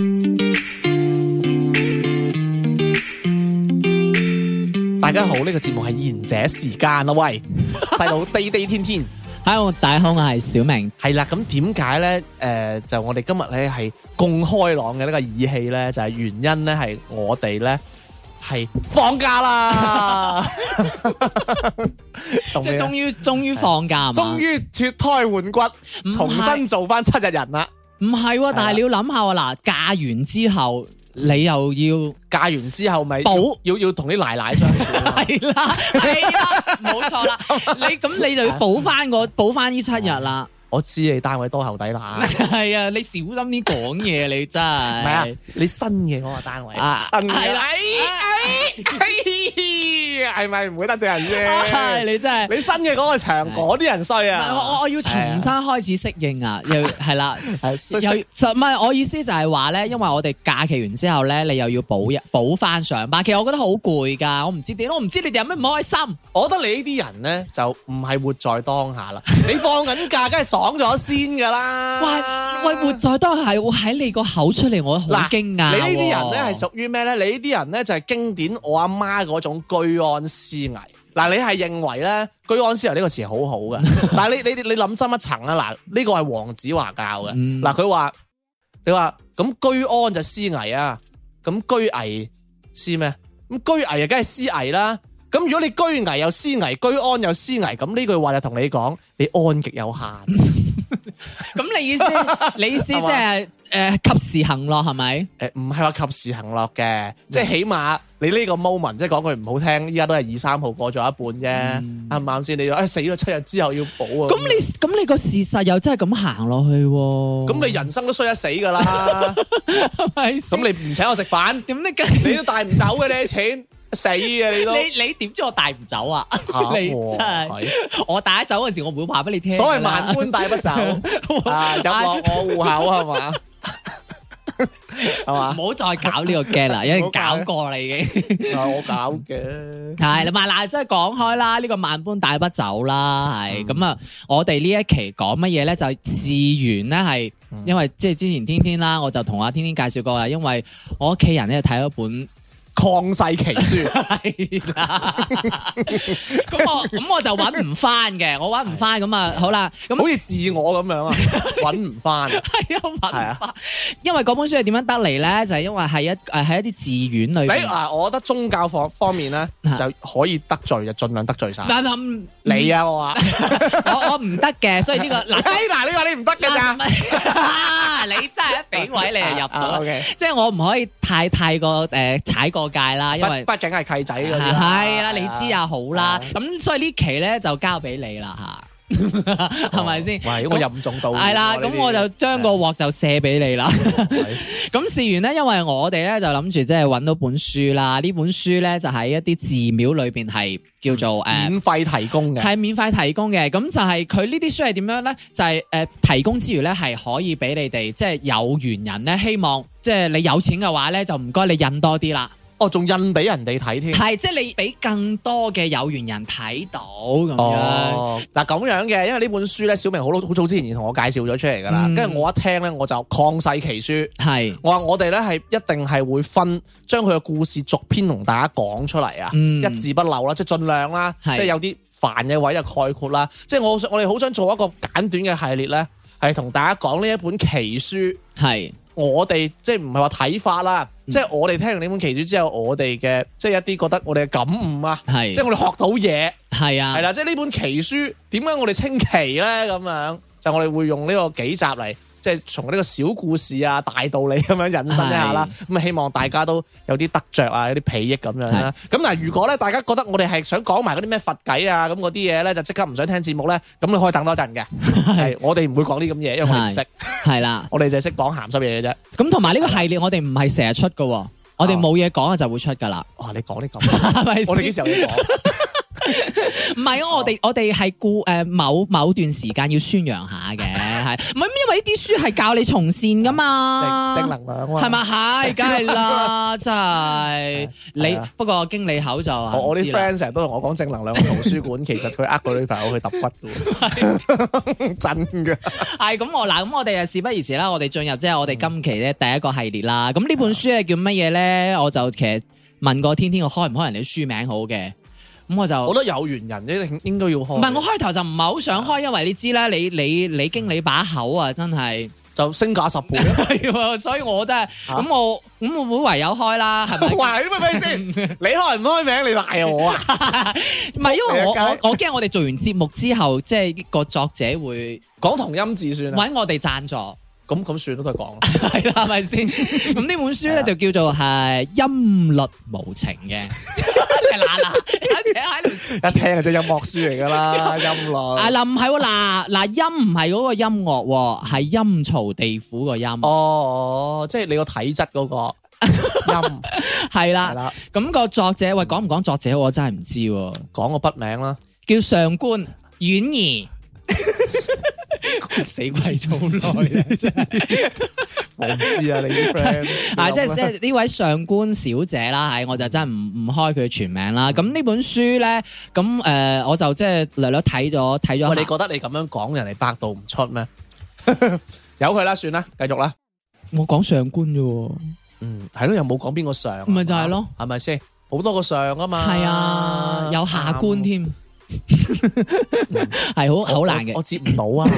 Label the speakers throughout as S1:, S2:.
S1: 嗯
S2: 大家好，呢、個節目係賢者時間啦， 喂，細佬地地天天
S1: Hello，大家好，我係小明。
S2: 係啦。咁點解咧？誒、就我哋今日咧係公開朗嘅呢個語氣咧，就係、原因咧係我哋咧係放假 啦，就
S1: 即係
S2: 咩啊
S1: 終於終於放假係嘛
S2: 終？於脱胎換骨，
S1: 唔係
S2: 重新做翻七日人啦。
S1: 唔係喎，但
S2: 係啦
S1: 係你要諗下喎，嗱，嫁完之後你又要
S2: 嫁完之後咪
S1: 補
S2: 要要同啲奶奶相處啊。
S1: 係啦，係啦，冇錯 啦。你咁你就要補翻個補翻呢七日啦。
S2: 我知你單位多後底啦。
S1: 係啊，你小心啲講嘢，你真
S2: 唔係啊
S1: 係。，
S2: 你新嘅嗰個單位，
S1: 啊
S2: 新嘅
S1: 係啦
S2: 哎哎，係咪唔會得罪人
S1: 唉，
S2: 啫？
S1: 你真係。啊
S2: 你新嘅嗰個場，嗰啲人衰
S1: 唔係我
S2: 啊
S1: 我！我要重新開始適應啊，又係 啦，
S2: 係
S1: 又
S2: 衰
S1: 就
S2: 衰
S1: 唔係我意思就係話咧，因為我哋假期完之後咧，你又要補一補翻上班，其實我覺得好攰㗎，我唔知點，我唔知你哋有咩唔開心。
S2: 我覺得你呢啲人咧就唔係活在當下啦，你放緊假梗係爽咗先噶啦。
S1: 喂喂，活在當下係會喺你個口出嚟，我好
S2: 啊嗱
S1: 驚訝。你
S2: 你呢啲人咧係屬於咩咧？你呢啲人咧就係經典我阿媽嗰種居安思危。嗱，你係認為咧居安思危呢個詞好好嘅，但係你你你你諗深一層啊！嗱，呢個係黃子華教嘅。
S1: 嗯
S2: 嗱，佢話你話咁居安就思危啊，咁居危思咩？咁居危啊，梗係思危啦。咁如果你居危又思危，居安又思危，咁呢句話就同你講，你安極有限。
S1: 咁，你意思 你意思即係誒及時行樂係咪？
S2: 誒唔係話及時行樂嘅，即係起碼你呢個 moment，即係講句唔好聽，依家都係二三號過咗一半啫，啱唔啱先？你話哎誒死咗七日之後要補啊，
S1: 咁你咁你個事實又真係咁行落去喎。
S2: 咁你人生都衰一死㗎 啦，
S1: 係咪
S2: 咁
S1: 先？
S2: 你唔請我食 飯，
S1: 點你咁
S2: 你都帶唔走嘅你啲錢，死嘅 你都。
S1: 你你點知我帶唔走啊？
S2: 嚇
S1: 你
S2: 哇
S1: 真係我帶走嗰時，我唔會話俾你聽㗎啦。
S2: 所謂萬般帶 不走啊，入落我户口係嘛？ 係嘛？
S1: 唔好再搞呢個 game 啦，有人搞過啦已經。
S2: 啊我搞 嘅，
S1: 係啦，咪嗱，即係講開啦，呢個萬般帶不走啦，係
S2: 嗯
S1: 咁啊！我哋呢一期講乜嘢咧？就係事源咧，係
S2: 嗯
S1: 因為即係之前天天啦，我就同阿天天介紹過啦，因為我屋企人咧睇咗本
S2: 曠世奇書。
S1: 係啦，咁我咁我就揾唔翻嘅，我揾唔翻咁啊，好啦，咁
S2: 好似自我咁 樣啊，揾唔翻啊，
S1: 係啊，揾唔翻，因為嗰本書係點樣得嚟咧？就係因為係一誒喺一啲寺院裏
S2: 你
S1: 邊。
S2: 嗱，哎啊我覺得宗教方方面咧就
S1: 嚇
S2: 可以得罪就盡量得罪晒
S1: 啊嗱嗱，
S2: 你啊，我話，
S1: 我我唔得嘅，所以呢個嗱
S2: 哎嗱，你話你唔得㗎咋
S1: 啊嗱唔，係 你真係一俾位你就入到
S2: 啊
S1: 啦，
S2: ，OK，
S1: 即係我唔可以太太過誒踩過界啦，因
S2: 畢
S1: 為
S2: 畢竟係契仔嗰啲
S1: 係啦，你知啊好啦
S2: 啊，
S1: 咁所以呢期咧就交俾你啦 吓，係咪先？
S2: 啊喂，我又唔中到喎，
S1: 係啦，
S2: 啊呢啲嗯
S1: 咁我就將個鑊就卸俾你啦。
S2: 係
S1: 咁試完咧，因為我哋咧就諗住即係揾到本書啦，呢本書咧就喺一啲寺廟裏邊係叫做呃誒。
S2: 免費提供嘅，
S1: 係免費提供嘅，咁就係佢呢啲書係點樣咧？就係、呃提供之餘咧，係可以俾你哋即係有緣人咧，希望即係你有錢嘅話咧，就唔該你印多啲啦。
S2: 哦，仲印俾人哋睇添。
S1: 係，即係你俾更多嘅有緣人睇到咁樣。
S2: 哦，嗱咁樣嘅，因為呢本書咧，小明好老好早之前已經同我介紹咗出嚟㗎啦，
S1: 嗯
S2: 跟住我一聽咧，我就曠世奇書。
S1: 係，
S2: 我話我哋咧係一定係會分將佢嘅故事逐篇同大家講出嚟啊，
S1: 嗯
S2: 一字不漏啦，即係盡量啦，即
S1: 係
S2: 係有啲煩嘅位就概括啦。即係我好想我哋好想做一個簡短嘅系列咧，係同大家講呢一本奇書，
S1: 係，
S2: 我哋即係唔係話睇法啦，
S1: 嗯
S2: 即係我哋聽完呢本奇書之後，我哋嘅即係一啲覺得我哋嘅感悟啊，即係
S1: 係，
S2: 我哋學到嘢
S1: 係
S2: 係
S1: 啊，
S2: 啦，即係呢本奇書點解我哋稱奇咧咁樣，就我哋會用呢個幾集嚟。即係從呢個小故事啊、大道理咁樣引申一下啦。咁啊希望大家都有啲得着啊，有啲裨益咁樣啦。咁嗱，如果咧大家覺得我哋係想講埋嗰啲咩佛偈啊，咁嗰啲嘢咧就即刻唔想聽節目咧，咁你可以等多陣嘅。 係我哋唔會講啲咁嘢，因為我 哋唔識，
S1: 系啦。
S2: 我哋就係識講鹹濕嘢嘅啫。
S1: 咁同埋呢個系列我哋唔係成日出噶，我哋冇嘢講啊就會出噶啦，
S2: 哇！你講啲 咁，
S1: 係咪先
S2: 我哋幾時有嘢 講？
S1: 唔係
S2: 哦
S1: 啊，我哋我哋係顧诶某某段時間要宣揚下 嘅，係唔係？因為呢啲書係教你從善噶嘛，
S2: 正正能量啊嘛
S1: 係咪？係，梗係 啦，真係你
S2: 係啊
S1: 不過經理口就話
S2: 我我
S1: 唔
S2: 啲
S1: 知啦
S2: friend 成日都同我講正能量去圖書館，其實佢呃個女朋友去揼骨 嘅喎，真嘅。
S1: 係咁我嗱咁我哋啊事不宜遲啦，我哋進入即係我哋今期咧第一個系列啦。咁呢本書咧叫乜嘢咧？我就其實問過天天我開唔開人哋書名好嘅，咁我就
S2: 我覺得有緣人一定應該要開。
S1: 唔係我開頭就唔係好想
S2: 啊
S1: 開，因為你知啦，你你你經理把口啊，真係。
S2: 就升價十倍 啊。
S1: 係喎， 所以我真係
S2: 嚇
S1: 咁我咁我會唯有 開啦，係咪？
S2: 哇！你咪 先，你開唔開名？你賴我啊！
S1: 唔係因為我
S2: 你啊
S1: 我我驚我哋做完節目之後，即係個作者會
S2: 講同音字算啦。
S1: 揾我哋贊助，
S2: 咁咁算啦，都係講啦。
S1: 係啦，係咪先？ 咁呢本書咧就叫做係音律無情嘅， 你嗱嗱你喺度
S2: 一聽就知音樂書嚟㗎 啦，音
S1: 啊
S2: 樂。
S1: 嗱唔係喎嗱嗱音唔係嗰個音樂喎，係陰曹地府個音，
S2: 哦，即係你個體質嗰 個音
S1: 係
S2: 係
S1: 啦。
S2: 啦。
S1: 咁個作者喂講唔講作者我真係唔知喎。
S2: 講個筆名啦，
S1: 叫上官婉兒。 死鬼做耐
S2: 我唔知 啊，你啲 friend
S1: 啊！即
S2: 你諗
S1: 係
S2: 啦
S1: 即係呢位上官小姐啦，係我就真係唔唔開佢全名啦。咁呢本書咧，咁誒、呃我就即係略略睇咗睇咗
S2: 喂，
S1: 下
S2: 你覺得你咁樣講人哋百度唔出咩？ 由佢啦，算啦，繼續啦。
S1: 我講上官啫喎，
S2: 嗯，係咯，又冇講邊個上啊，
S1: 咪就係咯
S2: 係咪先？好多個上啊嘛。
S1: 係啊，有下官添，
S2: 啱，
S1: 係好好難
S2: 我我
S1: 嘅。
S2: 接唔 到啊！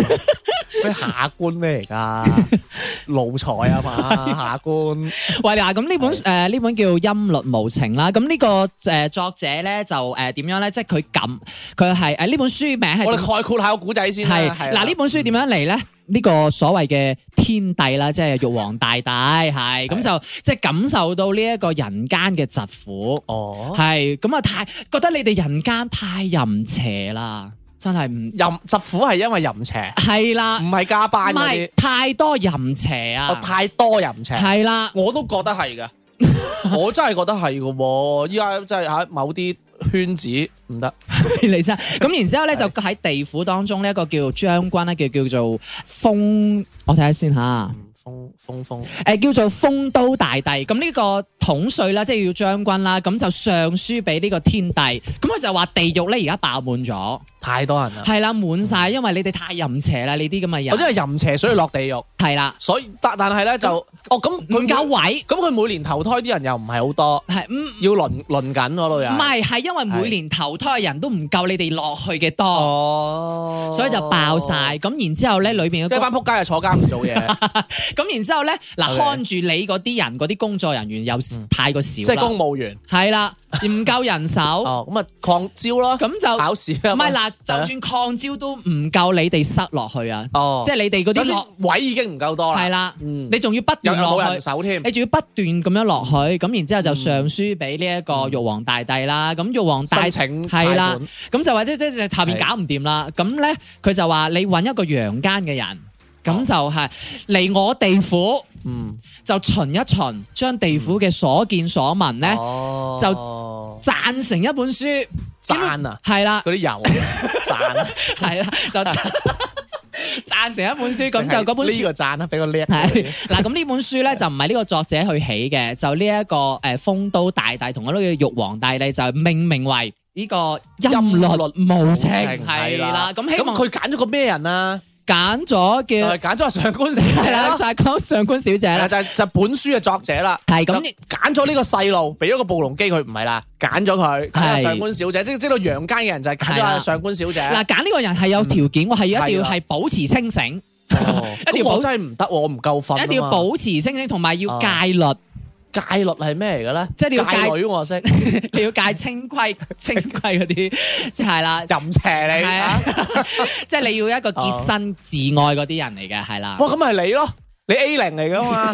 S2: 咩下官咩嚟㗎？奴才啊嘛，下官。
S1: 喂嗱，咁呢本誒呢本叫《音律無情》啦，咁呢個誒作者咧就誒點樣咧？即係佢撳佢係誒呢本書名係
S2: 我
S1: 點
S2: 哋概括下個古仔先啦。
S1: 係
S2: 係啊啦
S1: 嗱，呢本書點樣嚟咧？呢個所謂嘅天帝啦，即係玉皇大帝，係咁就即係感受到呢一個人間嘅疾苦，
S2: 哦，
S1: 係咁啊太覺得你哋人間太淫邪啦，真係唔
S2: 淫疾苦係因為淫邪，
S1: 係
S2: 唔
S1: 啦，唔
S2: 係加班嗰
S1: 係
S2: 啲，
S1: 太多淫邪
S2: 我
S1: 啊，
S2: 太多淫邪。
S1: 係啦，
S2: 我都覺得係㗎， 我真係覺得係㗎喎。依家真係喺某啲圈子唔得，
S1: 你真係咁，然之後咧就喺地府當中呢一個叫將軍咧，叫叫做風，我睇下先吓。
S2: 嗯風風風
S1: 誒、叫做豐都大帝，咁呢個統帥啦，即係要將軍啦，咁就上書俾呢個天帝，咁佢就話地獄咧而家爆滿咗，
S2: 太多人啦。
S1: 係啦滿晒，因為你哋太淫邪啦，你啲咁嘅
S2: 我因
S1: 人
S2: 為淫邪，所以落地獄，
S1: 係啦，
S2: 所以但但係咧就哦咁
S1: 唔
S2: 佢
S1: 夠
S2: 每
S1: 位
S2: 咁佢每年投胎啲人又唔係好多，
S1: 係唔
S2: 要輪輪緊嗰度又
S1: 唔係係因為每年投胎嘅人都唔夠你哋落去嘅多，
S2: 哦，
S1: 所以就爆晒。。咁然之後咧裏邊
S2: 一
S1: 嘅
S2: 班
S1: 工
S2: 仆街就坐監唔做 嘢，
S1: 咁然之後咧嗱
S2: OK 嗯
S1: 看住你嗰啲人嗰啲工作人員又太過
S2: 即
S1: 少
S2: 係
S1: 啦
S2: 公，務員。
S1: 係啦唔夠人手，
S2: 哦，咁啊抗招啦，
S1: 咁就。
S2: 考試啊
S1: 唔
S2: 嘛。
S1: 係嗱，就算抗招都唔夠你哋塞落去啊！
S2: 哦，
S1: 即係你哋嗰
S2: 首
S1: 啲
S2: 先
S1: 落
S2: 位已經唔夠多啦。
S1: 係啦，
S2: 嗯，
S1: 你仲要不
S2: 又
S1: 斷
S2: 又冇
S1: 落
S2: 人
S1: 去，
S2: 手添。
S1: 你仲要不斷咁樣落去，咁然之後就上書俾呢一個
S2: 嗯
S1: 玉皇大帝啦。咁玉皇大
S2: 申請
S1: 係
S2: 貸
S1: 啦
S2: 款，
S1: 咁就話即即即下面
S2: 係
S1: 搞唔掂啦。咁咧佢就話你揾一個陽間嘅人，
S2: 哦
S1: 咁就係嚟我地府
S2: 嗯，
S1: 就巡一巡，將地府嘅所見所聞咧
S2: 哦
S1: 就撰成一本書，
S2: 讚啊，
S1: 係啦
S2: 嗰啲 油讚，
S1: 係啦，就 撰成一本書，咁就嗰本
S2: 呢
S1: 書
S2: 個讚啦，俾個叻
S1: 係
S2: 佢。
S1: 嗱，咁呢本書咧就唔係呢個作者去起嘅，就呢、一個誒豐都大帝同嗰個玉皇大帝就命名為呢個音律無情係啦。咁希
S2: 咁
S1: 望
S2: 佢揀咗個咩人啊？
S1: 揀咗
S2: 就
S1: 叫
S2: 係揀咗個上官小
S1: 係
S2: 姐
S1: 啦，
S2: 啦
S1: 就，係啊講上官小姐
S2: 係啦
S1: 啦，
S2: 就係就係本書嘅作者啦。
S1: 係啊
S2: 咁
S1: 咁
S2: 揀咗呢個細路，俾咗個暴龍機佢，唔係啦，揀咗佢，揀咗
S1: 係
S2: 上官小姐，即即到陽間嘅人就係揀
S1: 係
S2: 咗
S1: 啦
S2: 阿上官小姐。
S1: 嗱揀呢個人係有啊嗯條件，我係一定要係保持清醒，
S2: 哦
S1: 一定
S2: 咁
S1: 要保
S2: 我真係唔得喎，我唔夠瞓啊嘛，
S1: 哦一定要保持清醒，同埋要戒律，
S2: 戒律係咩嚟嘅咧？
S1: 即係你要戒
S2: 戒女我識
S1: 你要戒清規 清規嗰啲，即係啦，
S2: 淫邪你
S1: 係啊哦
S2: 啊！，
S1: 即係你要一個潔身自愛嗰啲人嚟嘅，係啦
S2: 哇，。咁咪你咯，你 A 零嚟噶嘛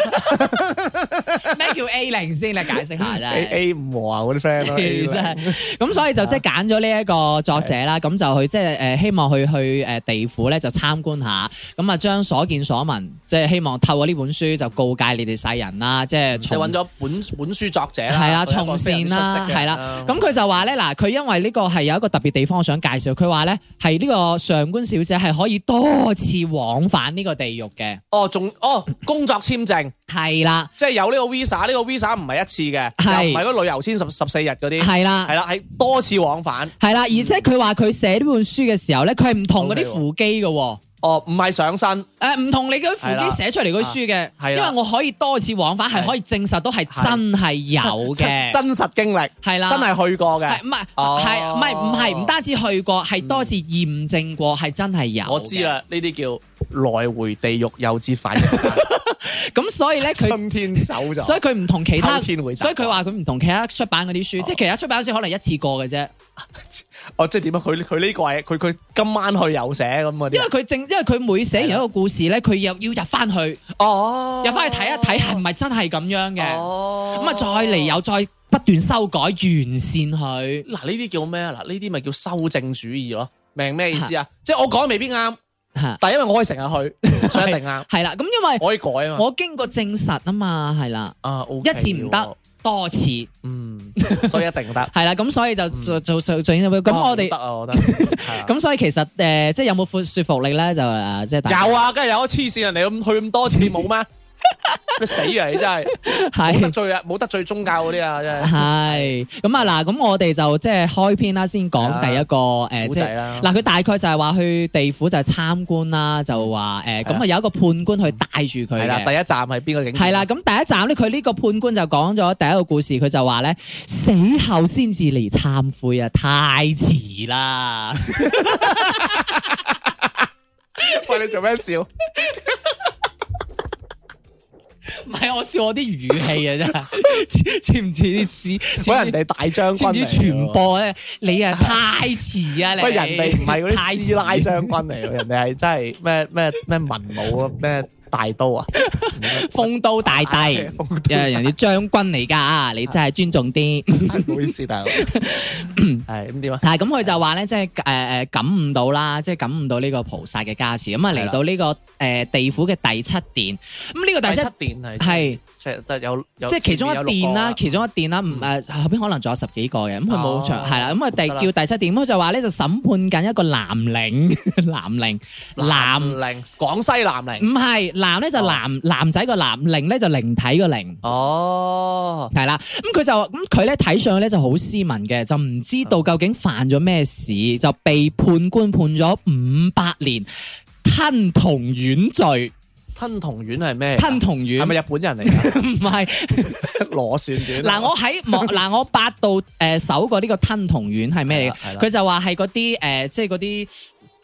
S1: 咩叫 A 零先？你解釋下
S2: ？A
S1: 啫。
S2: A 五和啊嗰啲 friend 咯 A
S1: 真
S2: 零，啊
S1: 係，咁所以就即係揀咗呢一個作者啦，咁就去即係誒希望去去誒地府咧就參觀下，咁啊將所見所聞，即係希望透過呢本書就告戒你哋世人啦，即係
S2: 就嗯
S1: 從
S2: 揾咗本本書作者啦，
S1: 係啊，
S2: 佢一個
S1: 從
S2: 非常
S1: 善
S2: 之
S1: 啦，
S2: 出色嘅嗯
S1: 係
S2: 人
S1: 啦。咁佢就話咧，嗱，佢因為呢個係有一個特別地方想介紹，佢話咧係呢個上官小姐係可以多次往返呢個地獄嘅，
S2: 哦，仲哦工作簽證。
S1: 係啦，
S2: 即係有呢個 visa，呢個 visa 唔係一次嘅，
S1: 係
S2: 又唔係嗰旅遊簽十十四日嗰啲，
S1: 係啦
S2: 係。啦，係多次往返。
S1: 係啦，而且佢話佢寫呢本書嘅時候咧，佢係唔同嗰啲
S2: OK 喎
S1: 扶基嘅喎，
S2: 哦，唔係上身，
S1: 誒呃唔同你嗰啲
S2: 係
S1: 扶
S2: 啦啊
S1: 基寫出嚟嗰啲書嘅，
S2: 係
S1: 因
S2: 啦
S1: 為我可以多次往返，係
S2: 係
S1: 可以證實到係真係有
S2: 真
S1: 嘅，
S2: 真實經歷，
S1: 係啦，
S2: 真係去過嘅
S1: 係。唔係
S2: 哦嗯
S1: 係唔係唔係唔單止去過，係多次驗證過，係真係有。
S2: 我知。啦，呢啲叫來回地獄又折返人間，
S1: 咁所以咧， 佢
S2: 春天走咗，
S1: 所以佢唔同其他，
S2: 秋天會集
S1: 所以佢話佢唔同其他出版嗰啲書，
S2: 哦
S1: 即係其他出版書可能一次過嘅啫，
S2: 哦，即係點啊？佢佢呢個係佢佢今晚去有寫咁嗰
S1: 因
S2: 啲
S1: 為
S2: 啊，
S1: 佢正，因為佢每寫完一個故事咧，佢又要入翻去，
S2: 哦
S1: 入翻去睇一睇係咪真係咁樣嘅，
S2: 哦
S1: 咁啊再嚟又再不斷修改完善佢，
S2: 嗱呢啲叫咩啊？嗱呢啲咪叫修正主義咯，明咩意思啊？即係我講未必啱，
S1: 嚇
S2: 但係因為我可以成日去，所以一定啱。
S1: 係啦，咁因為
S2: 我可以改啊嘛。
S1: 我經過證實啊嘛，係啦，
S2: 啊，O
S1: 一次唔得，多次
S2: 嗯， 所以一定得。
S1: 係啦，咁所以就
S2: 嗯
S1: 做做做做咁
S2: 啊
S1: 我
S2: 好
S1: 哋
S2: 得。啊， 我覺得係啊
S1: 咁所以其實誒、呃即係有冇説説服力咧？就誒、呃即係大家
S2: 有，啊，梗係有啊，黐線人哋咁去咁多 次冇咩？你死啊！你真係冇
S1: 係
S2: 得罪啊，冇得罪宗教嗰啲啊，真係
S1: 係咁啊嗱，咁我哋就即係開篇啦，先講第一個誒，
S2: 啊古
S1: 即
S2: 仔啊啦。
S1: 係嗱，佢大概就係話去地府就係參觀啦，就話誒，
S2: 係
S1: 咁
S2: 啦
S1: 啊有一個判官去帶住佢
S2: 係啦，第
S1: 嘅。
S2: 一站係邊個景點？
S1: 係啦，咁第一站咧，佢呢個判官就講咗第一個故事，佢就話咧死後先至嚟懺悔啊，太遲啦。
S2: 喂，你做咩笑？
S1: 唔係我笑我啲語氣啊， 真係似唔似啲詩？似唔
S2: 喂，
S1: 似
S2: 人哋大將
S1: 知唔
S2: 軍
S1: 知
S2: 嚟㗎喎
S1: 傳？播咧？你啊太遲啊！你
S2: 喂，人哋唔係嗰
S1: 太
S2: 啲
S1: 遲
S2: 師奶將軍嚟㗎，人哋係真係咩咩咩文武啊，咩大刀啊，
S1: 風刀大帝，
S2: 係風
S1: 誒人哋將軍嚟㗎，啊你真係尊重啲。
S2: 唔好意思，大佬。係咁點啊？
S1: 但係咁佢就話咧，即係誒誒感悟到啦，即係感悟到呢個菩薩嘅加持。咁啊
S2: 係
S1: 嚟
S2: 啦
S1: 到呢個誒地府嘅第七殿，咁呢個
S2: 第
S1: 第
S2: 七
S1: 七
S2: 殿係
S1: 係
S2: 即係得有有
S1: 即係其中
S2: 前
S1: 一
S2: 面有六
S1: 殿
S2: 個
S1: 啦，
S2: 啊
S1: 其中一殿啦，唔誒後邊可能仲有十幾個嘅，咁佢冇
S2: 哦
S1: 長係啦，咁啊第
S2: 得啦
S1: 叫第七殿，咁佢就話咧就審判緊一個男領 男領
S2: 南
S1: 男。
S2: 寧廣西南寧
S1: 唔係男咧就
S2: 哦
S1: 男男仔個男，靈咧就靈體個靈。
S2: 哦，
S1: 係啦，咁佢就咁佢咧睇上去咧就好斯文嘅，就唔知道究竟犯咗咩事，就被判官判咗五百年吞同丸罪。
S2: 吞同丸係咩？
S1: 吞同
S2: 係
S1: 丸
S2: 咪日本人嚟㗎？
S1: 唔係
S2: 螺旋丸啊
S1: 嗱，我喺 網嗱我百度誒搜過呢個吞同丸係咩
S2: 係
S1: 嚟嘅
S2: 啦，
S1: 佢就話係嗰啲誒即係嗰啲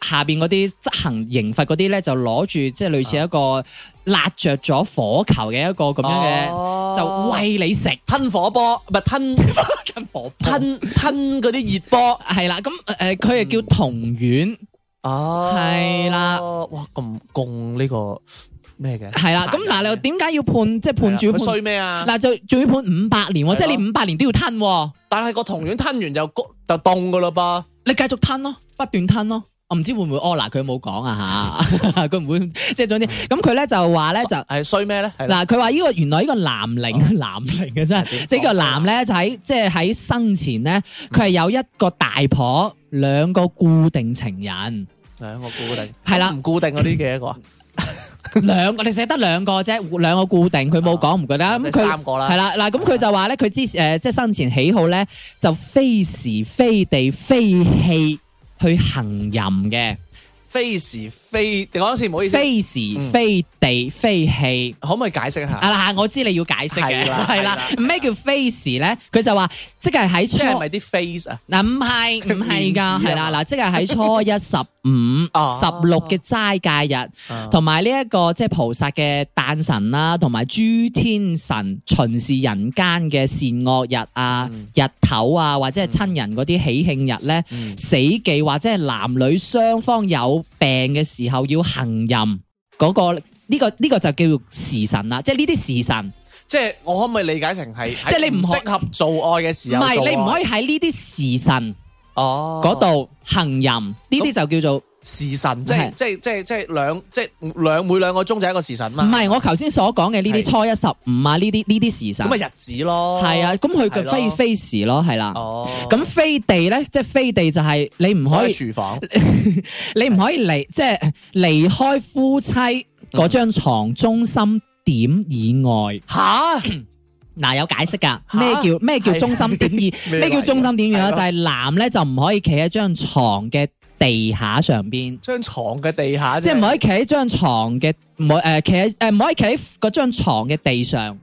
S1: 下邊嗰啲執行刑罰嗰啲咧，就攞住即係類似一個辣着咗火球嘅一個咁樣嘅。
S2: 哦
S1: 就餵你食
S2: 吞火波，唔係吞
S1: 金火 吞
S2: 吞吞嗰啲熱波
S1: 係啦，咁誒佢係叫同丸
S2: 哦，
S1: 係啦
S2: 哇咁共呢個咩嘅？
S1: 係啦，咁嗱你又點解要判即係判
S2: 係
S1: 住
S2: 啦佢衰
S1: 判
S2: 咩啊？
S1: 嗱就仲要判五百
S2: 係
S1: 年
S2: 咯
S1: 喎，即係你五百年都要吞喎，
S2: 但係個同丸吞完就谷就凍㗎啦噃。
S1: 你繼續吞咯，不斷吞咯。我唔知會唔會屙嗱，佢冇講啊嚇， 佢唔會即係總之，咁佢咧就話咧就
S2: 嗯係衰咩咧？係啦，哦
S1: 嗱，佢話呢個原來呢個男靈男靈嘅真係，即係呢個男咧就喺即係喺生前咧，佢係有一個大婆，兩個固定情人，
S2: 兩個固定
S1: 係啦
S2: 唔固定嗰啲嘅一個啊，嗯
S1: 兩個你寫得兩個啫，兩個固定，佢冇
S2: 哦
S1: 講唔覺得咁
S2: 咁
S1: 佢。
S2: 三個啦
S1: 系。啦，嗱咁佢就話咧，佢之誒即係生前喜好咧，就非時非地非氣去行淫嘅，
S2: 非時非，你講一次唔好意思，
S1: 非時
S2: 嗯
S1: 非地非氣。
S2: 可唔可以解釋
S1: 啊
S2: 下？
S1: 啦，我知你要解釋嘅，
S2: 係啦
S1: 係
S2: 係
S1: 啦
S2: 啦，
S1: 咩叫 face 咧？佢就話即係喺初
S2: 即係咪啲 face 啊？
S1: 嗱，唔係唔
S2: 面
S1: 係㗎，
S2: 子啊
S1: 係啦嗱，即係喺初一十
S2: 哦啊
S1: 五、十六嘅齋戒日，同埋呢一個即係菩薩嘅誕辰啦，同埋諸天神巡視人間嘅善惡日啊、
S2: 嗯
S1: 日頭啊，或者係親人嗰啲喜慶日咧，
S2: 嗯
S1: 死忌或者係男女雙方有病嘅時候要行淫嗰、個呢、個呢、個就叫做時辰啦，即係呢啲時辰。
S2: 即係我可唔可以理解成係
S1: 即係你唔
S2: 唔
S1: 可
S2: 適合做愛嘅
S1: 唔
S2: 時候做愛？
S1: 係，你唔可以喺呢啲時辰
S2: 哦
S1: 嗰度行淫，呢啲就叫做
S2: 時辰，即係
S1: 係
S2: 即係即係即係兩即係兩每兩個鐘就一個時辰嘛。
S1: 唔係我頭先所講嘅呢
S2: 係
S1: 啲初一十五啊，呢啲呢啲時辰
S2: 咁咪日子咯。
S1: 係啊，咁佢
S2: 係
S1: 嘅
S2: 咯
S1: 飛飛時咯，係啦。
S2: 哦，
S1: 咁飛地咧，即係飛地就係你唔
S2: 我
S1: 可
S2: 喺
S1: 以，
S2: 廚房。
S1: 你唔可以離，即係離開夫妻嗰張床中心點以外。
S2: 吓，
S1: 嗱，有解釋㗎，
S2: 吓
S1: 咩叫咩叫中心點以？
S2: 咩嚟㗎
S1: 咩叫中心點以
S2: 係
S1: 咧？
S2: 咯
S1: 就係男咧就唔可以企喺張床嘅地下上邊。
S2: 張床嘅地下啫，
S1: 即係唔可以企喺張床嘅，唔可誒企喺誒唔可以企喺嗰張床嘅 地上，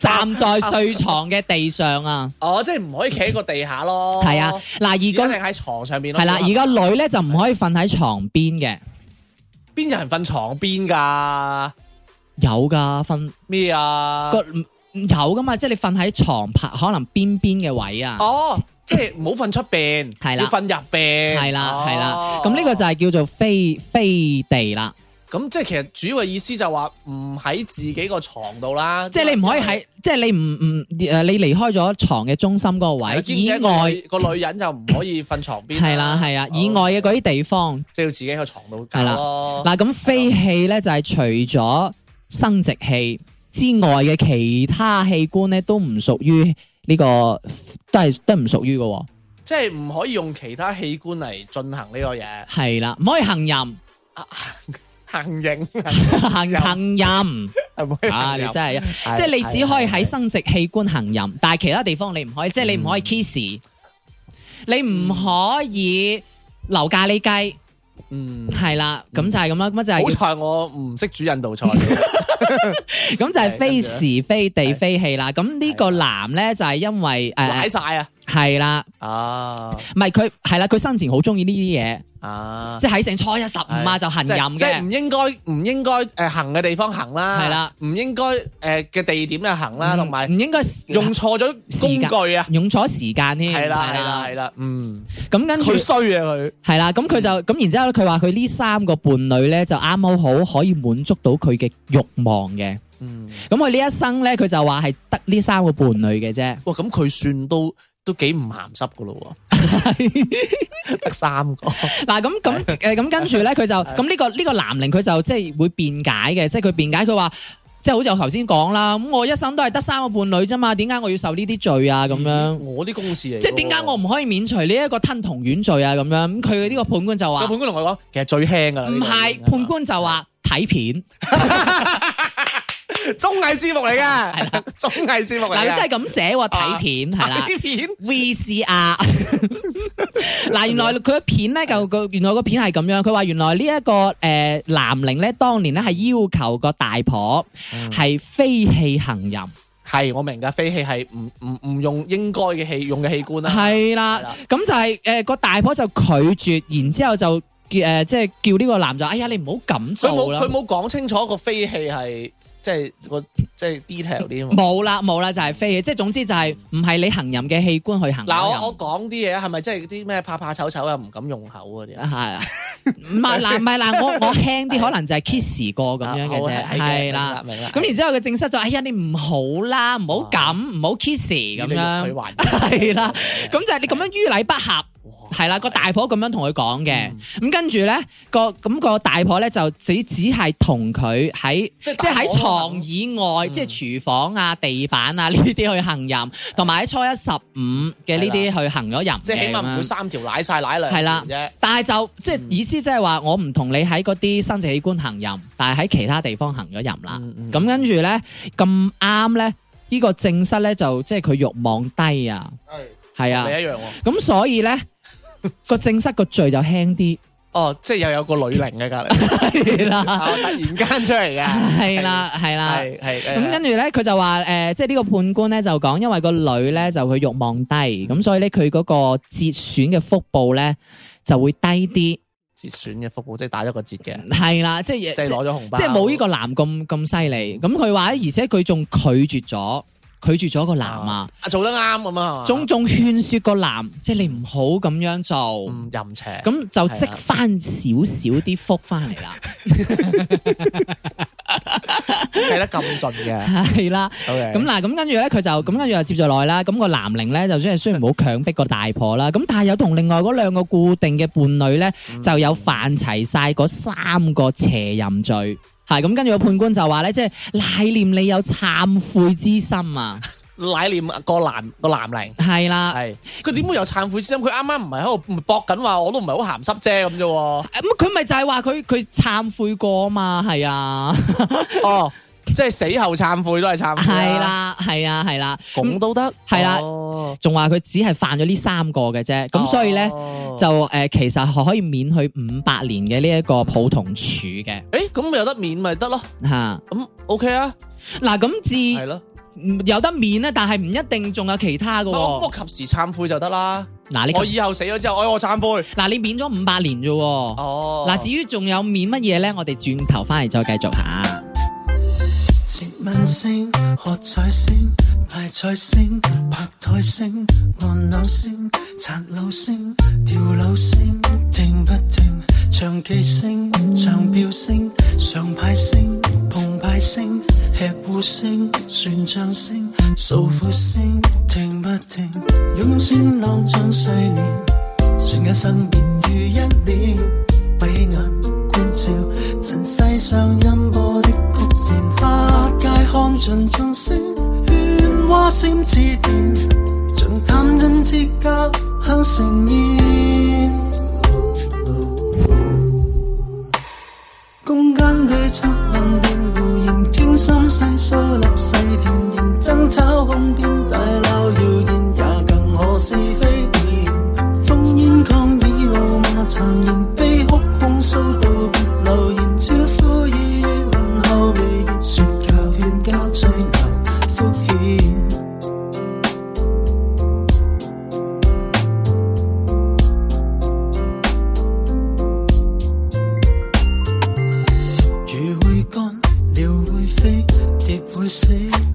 S1: 站在睡床嘅地上啊，
S2: 哦，即係唔可以企喺個地下咯。
S1: 係啊，嗱
S2: 哦而家
S1: 而
S2: 你
S1: 個
S2: 喺床上邊咯。
S1: 係啦，而個女咧就唔可以瞓喺床邊嘅，
S2: 邊有人瞓床邊㗎？
S1: 有噶瞓
S2: 咩啊？
S1: 個有噶嘛，即係你瞓喺床拍可能邊邊嘅位啊，
S2: 哦，即係唔好瞓出邊，
S1: 係啦
S2: 要瞓入邊。
S1: 係啦係啦
S2: 哦，
S1: 咁呢個就係叫做飛飛地啦，
S2: 咁即係其實主要嘅意思就話唔喺自己個床度啦，
S1: 即係你唔可以
S2: 因為
S1: 喺，即係你唔唔誒你離開咗床嘅中心嗰個
S2: 係啦
S1: 位
S2: 兼
S1: 以
S2: 且
S1: 外。
S2: 個女個女人就唔可以瞓床邊，
S1: 係啦，係
S2: 哦
S1: 啊，以外嘅嗰啲地方，
S2: 即係要自己喺個床度搞
S1: 係啦
S2: 咯。
S1: 嗱咁飛氣咧就係除咗生殖器之外嘅其他器官咧，都唔屬於呢個，都係都唔屬於嘅喎。
S2: 即係唔可以用其他器官嚟進行呢個嘢，
S1: 係啦，唔可以行 淫，
S2: 行刑
S1: 行行淫
S2: 係 唔可以
S1: 啊！
S2: 行
S1: 你
S2: 淫
S1: 真係，
S2: 係
S1: 即係你只可以喺
S2: 係嗯
S1: 生殖器官行淫，但係其他地方你唔可以，即係你唔可以 kiss，你唔可以留咖喱雞，
S2: 嗯。
S1: 係啦，咁就係咁啦，咁就係
S2: 好
S1: 叫
S2: 彩我唔識煮印度 菜，
S1: 咁就係非時非地
S2: 係
S1: 非氣啦。咁呢個男咧就係因為
S2: 舐
S1: 誒
S2: 晒啊！
S1: 係啦，
S2: 啊
S1: 唔係佢係啦，佢生前好中意呢啲嘢，
S2: 啊！
S1: 即係喺成初一十五啊就行淫
S2: 即係
S1: 嘅，
S2: 唔應該唔應該誒行嘅地方行啦，
S1: 係啦，
S2: 唔應該誒嘅地點就行啦，
S1: 嗯
S2: 啊同埋
S1: 唔應該
S2: 用錯咗工具啊，
S1: 用咗時間添，
S2: 係啦係啦係啦，嗯，
S1: 咁跟住
S2: 佢衰啊佢，
S1: 係啦，咁佢就咁，然之後咧佢話佢呢三個伴侶咧就啱好好可以滿足到佢嘅慾望嘅。
S2: 嗯，
S1: 咁佢呢一生咧，佢就話係得呢三個伴侶嘅啫。
S2: 哇咁佢算都都幾唔鹹濕噶 咯喎，得三個，
S1: 嗱咁咁誒咁跟住 咧，佢就咁呢個呢個男靈佢就即係會辯解嘅，即係佢辯解佢話。即係好似我頭先講啦，咁我一生都係得三個伴侶啫嘛，點解我要受呢啲罪啊？咁樣，
S2: 我啲公事嚟㗎喎，
S1: 即係點解我唔可以免除呢一個吞同丸罪啊？咁樣，咁啊佢呢個判官就
S2: 個
S1: 話
S2: 判官同我講，其實最輕噶啦，呢
S1: 唔
S2: 個已
S1: 係啊
S2: 經，
S1: 判官就話睇片，
S2: 綜藝節目嚟嘅， 綜藝節目嚟
S1: 嗱
S2: 嘅，
S1: 你真係咁寫喎，睇片係啦。
S2: 啲片
S1: VCR 嗱，原來佢嘅片咧就個原來個片係咁樣，佢話原來呢、一個誒、呃男靈咧，當年咧係要求個大婆係非氣行淫，
S2: 係我明㗎，飛氣係唔唔唔用應該嘅器用嘅器官啦，
S1: 係
S2: 係
S1: 啦
S2: 啦，
S1: 咁就係誒個大婆就拒絕，然之後就誒、呃即係叫呢個男就，哎呀你唔好
S2: 佢冇
S1: 咁做
S2: 佢
S1: 啦。
S2: 冇講清楚個飛氣係即係個即係 detail 啲啊嘛。
S1: 冇啦冇啦，就係非氣，即係總之就係唔係你行淫嘅器官去行淫。
S2: 嗱，我我講啲嘢係咪即係啲咩怕怕醜醜啊，唔敢用口嗰啲啊？
S1: 係啊，唔係嗱，唔係嗱，我我輕啲，可能就係 kiss 過咁樣嘅
S2: 啊好
S1: 啫，係啦，。
S2: 明啦。
S1: 咁然之後佢正室就哎呀你唔好啦，唔
S2: 啊
S1: 好咁，唔好 kiss 咁
S2: 佢
S1: 樣，
S2: 還
S1: 係啦，咁就係你咁樣於禮不合，係啦個大婆咁樣同佢講嘅，
S2: 嗯
S1: 咁跟住咧個咁個大婆咧就只只係同佢喺
S2: 即係
S1: 即係喺床以外，
S2: 嗯
S1: 即係廚房啊、地板啊呢啲去行淫，同埋喺初一十五嘅呢啲去行咗淫嘅，
S2: 即係起碼唔
S1: 咁
S2: 會
S1: 樣
S2: 三條奶晒奶兩
S1: 係啦
S2: 條啫。
S1: 但係就即係
S2: 嗯
S1: 意思，即係話我唔同你喺嗰啲生殖器官行淫，但係喺其他地方行咗淫啦。
S2: 嗯嗯
S1: 咁跟住咧咁啱咧，呢、個正室咧就即係佢欲望低啊，係啊
S2: 你，一樣喎。
S1: 咁所以咧個正室個罪就輕啲，
S2: 哦，即係又有個女伶喺隔離，
S1: 係
S2: 啊
S1: 啦，
S2: 突然間出嚟 嘅，
S1: 係啦，係啦。
S2: 係係
S1: 咁跟住咧，佢就話誒、呃即係呢個判官咧就講，因為個女咧就佢慾望低，咁所以咧佢嗰個節選嘅福報咧就會低
S2: 折損嘅服務，即係打咗個折嘅，
S1: 啲，係啦，即係
S2: 即係攞咗紅包，
S1: 即係冇呢個男咁咁犀利。咁佢話咧，而且佢仲拒絕咗拒絕咗個男啊，
S2: 啊做得啱咁啊，
S1: 仲仲勸説個男，即係你唔好咁樣做，
S2: 嗯淫邪，
S1: 咁、就積翻少少啲福翻 嚟啦，
S2: 計得咁盡嘅
S1: 係啦。
S2: ，OK，
S1: 咁嗱，咁跟住咧，佢就咁跟住就接咗落去啦。咁、個男靈咧，就雖然雖然冇強迫個大婆啦，咁但係有同另外嗰兩個固定嘅伴侶咧，就有犯齊晒嗰三個邪淫罪。係咁，跟住個判官就話咧，即係賴念你有懺悔之心 啊，
S2: 奶念個男個男伶。
S1: 係啦。
S2: 係，佢點會有懺悔之心？佢啱啱唔係喺度搏緊話，我都唔係好鹹濕啫咁啫喎。
S1: 咁佢咪就係話佢佢懺悔過啊嘛，係啊，
S2: 哦，即係死後懺悔都係懺悔。
S1: 係，啦，係啊，係啦，
S2: 咁都得。
S1: 係啦
S2: 哦
S1: 仲話佢只係犯咗呢三個嘅啫，咁所以咧。
S2: 哦
S1: 就誒、呃其實可以免去五百年嘅呢一個普通處嘅
S2: 誒咁咪有得免咪得咯。
S1: 嚇。
S2: 咁 OK 啊，
S1: 嗱咁
S2: 係
S1: 至
S2: 咯。
S1: 有得免咧，但係唔一定仲有其他嘅
S2: 我哦我
S1: 喎。
S2: 及時懺悔就得啦。
S1: 嗱哦啊你
S2: 我以後死咗之後，哎我懺悔。
S1: 嗱你免咗五百年啫喎。
S2: 哦，
S1: 嗱至於仲有免乜嘢咧，我哋轉頭翻嚟再繼續下。
S3: 接吻聲、喝彩聲、派菜聲、拍台聲、按鈕聲、拆樓聲、跳樓聲，停不停？長記聲、唱表聲、上派聲、澎湃聲、吃呼聲、船唱聲、訴苦聲，停不停？湧川浪漲睡蓮，瞬間生別於一年。閉眼觀照，塵世上音波的曲線，法界看盡眾星，喧嘩聲似電，像探針之交向成煙。攻堅去測恨變胡言，傾心細數立誓甜言，爭吵哄騙大鬧謠言，也更可是非典。烽煙抗議怒罵讒言，悲哭控訴道別流言，招呼意問候微言，説教勸交最難敷衍。魚會乾，鳥會飛，蝶會死，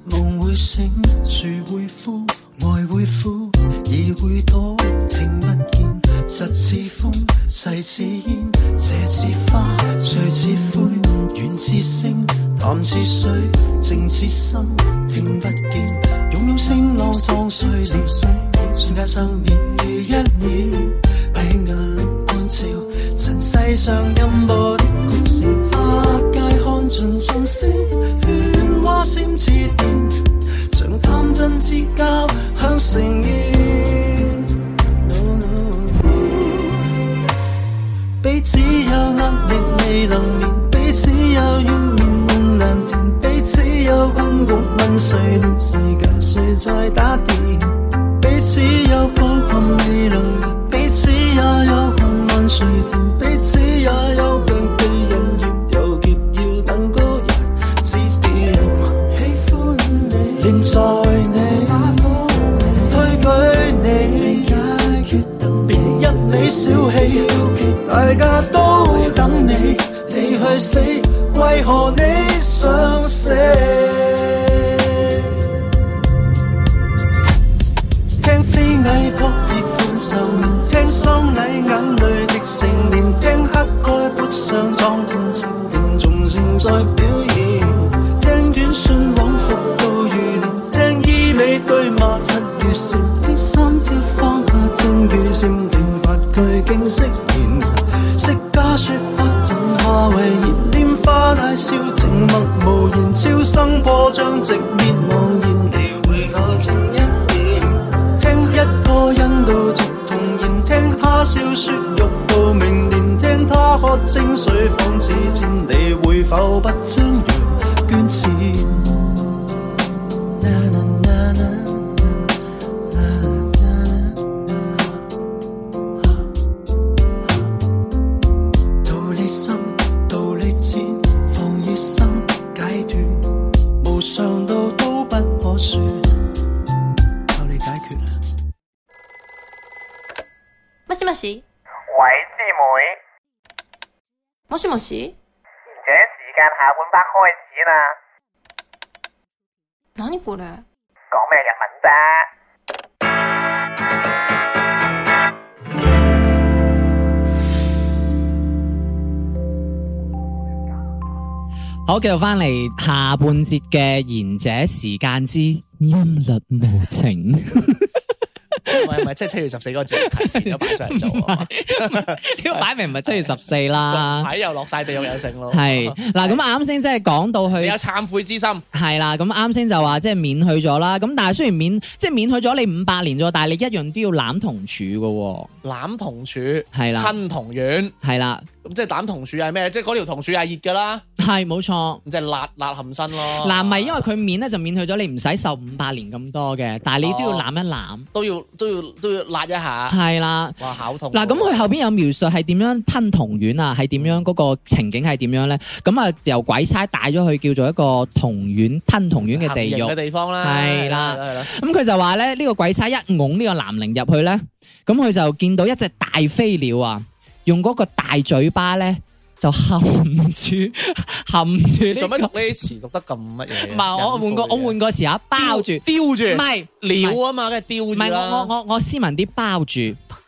S3: 夢會醒，樹會枯，愛會枯，耳會朵，聽不見，實似風，細似煙，這似花，碎似灰，遠似星，淡似水，靜似心，聽不見，湧湧聲浪當碎裂，瞬間生滅於一念，閉眼。觀照塵世上音波的曲線，法界看盡眾星，喧嘩聲似電，像貪真之交向成煙。No, no. 彼此有壓力未能眠，彼此有怨念夢難填，彼此有困局問誰念，世界誰在打電？彼此有抱憾未能言，彼此也有恨問誰填，彼此也有病被人越有劫要等高人指點。喜歡你，念在你，推舉你，解決別一味小氣，大家都等你，你去死，為何你想死？聽飛蟻撲翼伴愁眠，聽喪禮眼淚的盛年，聽乞丐潑上壯團情情仲正在表現，聽短信往復到餘年，聽醫美對罵七月線，聽心跳放下正與線，聽法句經釋言，釋迦說法靜下慧言，拈花大笑靜默無言，超生過張直面茫然，你會否靜一點？聽一個印度直童言，聽他笑說欲到明年，聽他喝清水放似箭，你會否不張揚捐錢？Na na na na na na na na na. 啊
S4: もしもし
S5: 而時間下半 part 開始啦，
S4: 何これ
S5: 講咩日文啫？
S1: 好，繼續翻嚟下半節嘅賢者時間之音律無 情。
S2: 唔係唔係，即係七月十四嗰個字提前咗擺上嚟 做啊嘛，
S1: 呢個擺明唔係七月十四啦。
S2: 牌又落晒地又有剩咯。
S1: 啊 係嗱，咁啊啱先即係講到
S2: 哦你
S1: 去
S2: 有懺悔之心，
S1: 係啦，咁啱先就話即係免去咗啦。咁但係雖然免即係免去咗你五百年咗，但係你一樣都要攬同處嘅喎。
S2: 攬同處，
S1: 係啦，
S2: 吞同丸，
S1: 係啦，
S2: 咁即係攬同處係咩？即係嗰條同處係熱㗎啦，
S1: 係冇錯。
S2: 咁即係辣辣含身咯。
S1: 嗱，唔係因為佢免咧就免去咗你唔使受五百年咁多嘅，但係你都要
S2: 哦
S1: 攬一攬，
S2: 都要都要都要辣一下，
S1: 係啦。
S2: 哇口痛。
S1: 嗱，咁佢後邊有描述係點樣吞同丸啊，係點樣嗰個情景係點樣咧？咁啊，由鬼差帶咗去叫做一個同丸吞同丸嘅地
S2: 行刑嘅
S1: 獄。
S2: 地方啦，
S1: 係啦
S2: 係係啦，
S1: 咁佢就話咧，呢、個鬼差一拱呢個男靈入去咧，咁佢就見到一隻大飛鳥啊，用嗰個大嘴巴咧就含住 含住呢、
S2: 做
S1: 個
S2: 咩讀呢啲詞讀得咁乜嘢？啊
S1: 唔係我換個我換個詞啊，包住，唔
S2: 丟住，
S1: 係
S2: 撩啊嘛，梗係丟
S1: 唔
S2: 住
S1: 係
S2: 啦。
S1: 我我我我斯文啲包住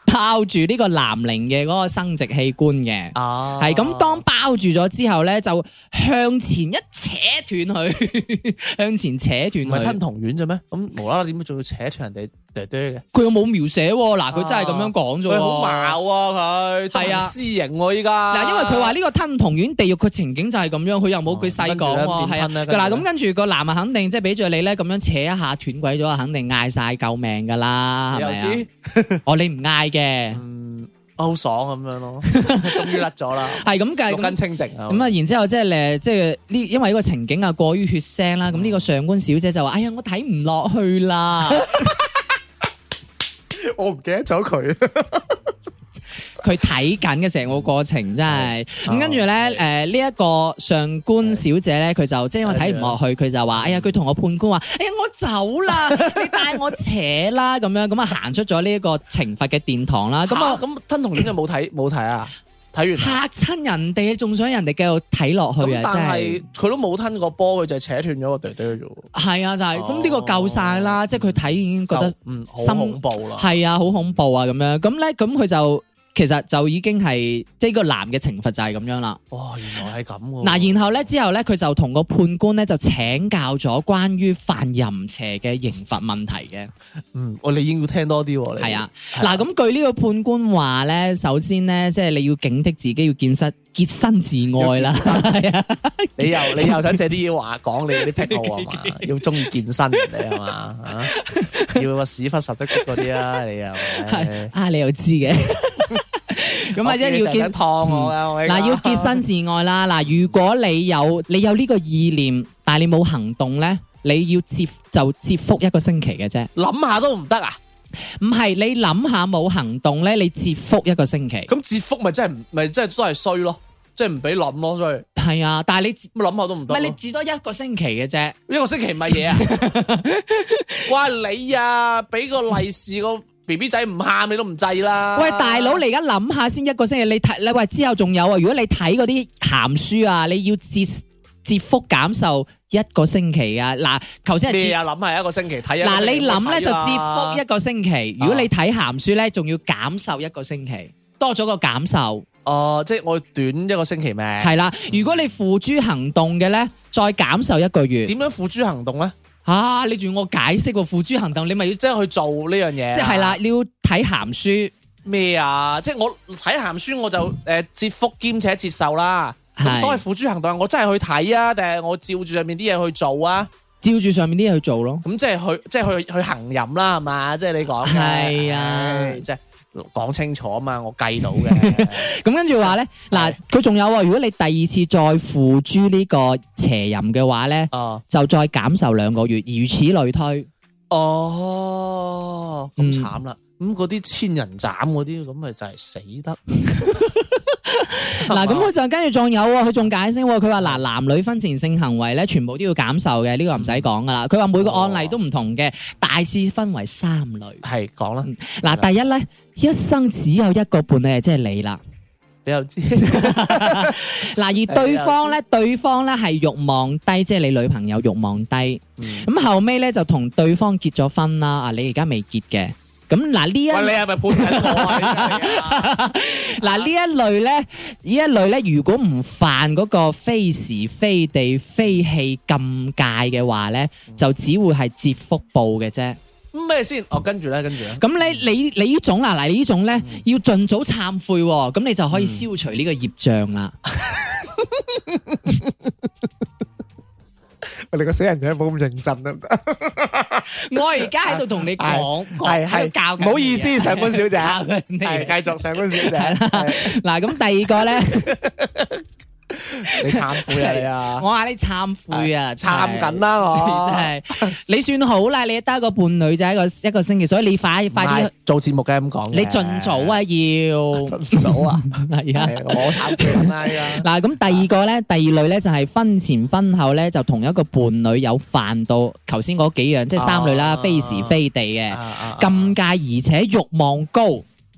S1: 包住呢個男靈嘅嗰個生殖器官嘅。
S2: 啊，
S1: 係咁，當包住咗之後咧，就向前一扯斷佢， 向前扯斷
S2: 唔係
S1: 佢
S2: 吞。同丸啫咩？咁無啦啦點解仲要扯住人哋嗲嗲嘅？
S1: 佢又冇描寫喎，嗱，佢真係咁樣講啫
S2: 啊佢
S1: 喎。
S2: 好矛啊佢，
S1: 係
S2: 係
S1: 啊
S2: 啊，私刑喎依家。
S1: 嗱，因為佢話呢個吞同丸地獄佢情景就係咁樣，佢又冇佢細講
S2: 哦
S1: 喎，係啊。
S2: 跟住咧點吞咧
S1: 嗱，
S2: 跟住
S1: 咁跟住個男啊，肯定即係俾咗你咧，咁樣扯一下斷鬼咗，啊肯定嗌晒救命噶啦，係
S2: 又
S1: 咪啊？
S2: 知，
S1: 哦，你唔嗌嘅，
S2: 嗯，好爽咁樣 咯，終於甩咗啦，
S1: 係咁計
S2: 六
S1: 咁
S2: 根。清淨啊。
S1: 咁啊，然之後即係誒，即係呢，因為呢個情景啊過於血腥啦，咁呢個上官小姐就話：哎呀，我睇唔落去啦。
S2: 我唔記得咗佢。
S1: 佢睇緊嘅成個過程真係，咁
S2: 哦
S1: 跟住咧，
S2: 係
S1: 誒呢一個上官小姐咧，佢就即係因為睇唔落去，佢
S2: 嗯
S1: 就話：哎呀，佢同我判官話：哎呀，我走 啦，你帶我扯啦，咁樣咁啊，行出咗呢一個懲罰嘅殿堂啦，咁
S2: 咁啊，
S1: 啊
S2: 咁吞同丸有冇睇冇睇啊？睇完啦。
S1: 嚇親人哋，仲想人哋繼續睇落去
S2: 咁
S1: 啊，真
S2: 但
S1: 係
S2: 係。佢都冇吞過波，佢就係扯斷咗個嗲嗲啫喎。
S1: 係啊，就
S2: 哦
S1: 係咁呢個夠晒啦，即係佢睇已經覺得
S2: 就嗯好
S1: 心
S2: 恐怖啦。
S1: 係啊，好恐怖啊咁樣，咁咧咁佢就其實就已經係即係個男嘅懲罰就係咁樣啦。
S2: 哇，原來係咁喎。
S1: 嗱，然後咧之後咧，佢就同個判官咧就請教咗關於犯淫邪嘅刑罰問題嘅。
S2: 嗯，我你要聽多啲喎。你
S1: 係啊，
S2: 係
S1: 嗱，咁據呢個判官話咧，首先咧，即係你要警惕自己要健身潔身自愛啦。係啊
S2: 你又 你又想借啲嘢話講你啲癖好啊嘛？要中意健身人哋啊嘛？嚇要個屎忽實得得嗰啲啊，你又
S1: 係
S2: 係
S1: 啊，你又知嘅。咁啊，即係
S2: 健
S1: 要健
S2: 身燙我啊！我而家
S1: 嗱，要潔身自愛啦。嗱，如果你有你有呢個意念，但係你冇行動咧，你要接就接福一個星期嘅啫。
S2: 諗下都唔得啊！
S1: 唔係你諗下冇行動咧，你接福一個星期。
S2: 咁折福咪真係唔咪真係都係衰咯，即係唔俾諗咯，所以
S1: 係啊，但係你自
S2: 咁諗下都唔
S1: 唔
S2: 得啊
S1: 係你
S2: 咯。
S1: 至多一個星期嘅啫，
S2: 一個星期唔係 嘢啊！哇，你啊，俾個利是個 B B 仔唔喊你都唔制啦！
S1: 喂大佬，你而家諗下先，一個星期你睇你喂之後仲有啊，如果你睇嗰啲鹹書啊，你要折折福減壽一個星期啊，嗱，頭先係
S2: 咩
S1: 折
S2: 啊？諗係一個星期睇啊！
S1: 嗱，你諗咧就折福一
S2: 接
S1: 個星期，如果你睇鹹書咧，仲要減壽一個星期，多咗個減壽，
S2: 哦，即係我短一個星期咩？
S1: 係啦，如果你付諸行動嘅咧，再減壽一個月，
S2: 點樣付諸行動咧？
S1: 啊，你仲要我解釋喎，付諸行動你咪要即
S2: 即係去做呢樣嘢啊。
S1: 係啦，你要睇鹹書。
S2: 咩啊？即係我睇鹹書我就誒折福兼且接受啦。
S1: 係
S2: 咁所謂付諸行動，我真係去睇啊，定係我照住上面啲嘢去做啊？
S1: 照住上面啲嘢去做咯。
S2: 咁即係去即係去去行淫啦，係嘛？即係你講嘅
S1: 係啊
S2: 唉即係講清楚啊嘛，我計到 嘅。
S1: 咁跟住話咧，嗱
S2: 係，
S1: 佢仲有喎。如果你第二次再付諸呢個邪淫嘅話咧，
S2: 哦
S1: 就再減壽兩個月，如此類推。
S2: 哦，咁
S1: 嗯
S2: 慘啦！咁嗰啲千人斬嗰啲，咁咪就係死得。
S1: 嗱，咁佢就跟住仲有喎，佢仲解釋喎，佢話嗱，男女婚前性行為咧，全部都要減壽嘅，呢個唔使講噶啦。佢話每
S2: 哦
S1: 個案例都唔同嘅，大致分為三類。嗯
S2: 係講啦，
S1: 嗱，第一咧，一生只有一個伴侶，即係你啦。
S2: 你又 知
S1: 嗱，而對方
S2: 啊
S1: 咧，對方咧係欲望低，即係你女朋友欲望低。
S2: 嗯
S1: 咁後尾咧就同對方結咗婚啦。啊，你而家未結嘅。咁嗱呢一
S2: 喂，你係咪判緊我啊你真係啊？
S1: 嗱呢一類咧，呢一類咧，如果唔犯嗰個非時非地非氣禁戒嘅話咧，
S2: 嗯
S1: 就只會係接福報嘅啫。
S2: 咁咩先？哦，跟住咧，跟住咧，
S1: 咁你你你呢種啦，嗱你呢種咧
S2: 嗯
S1: 要盡早懺悔喎，咁你就可以消除呢個業障啦。
S4: 喂，你個死人樣冇咁認真啊得唔得？
S1: 我而家喺度同你講，
S4: 係
S1: 講喺
S4: 係
S1: 度教緊你啊
S4: 唔好意思，上官小姐，
S1: 教緊你啊
S4: 係繼續上官小姐， 係
S1: 嗱咁第二個咧，
S2: 你慘
S4: 好嘢你啊！
S1: 我嗌你懺悔啊，
S4: 參緊啦我，
S1: 真係，你算好啦，你得一個伴侶就一個一個星期，所以你快快
S2: 唔
S1: 啲
S2: 係，做節目嘅咁講嘅，
S1: 你盡早啊 要，
S4: 盡早 啊，
S1: 係啊。
S4: 係我慘緊啦依家。
S1: 嗱，咁第二個咧，第二類咧就係婚前婚後咧，就同一個伴侶有犯到頭先嗰幾樣，即係三類啦，
S2: 啊
S1: 非時非地
S2: 啊
S1: 嘅
S2: 啊
S1: 禁戒，而且慾望高，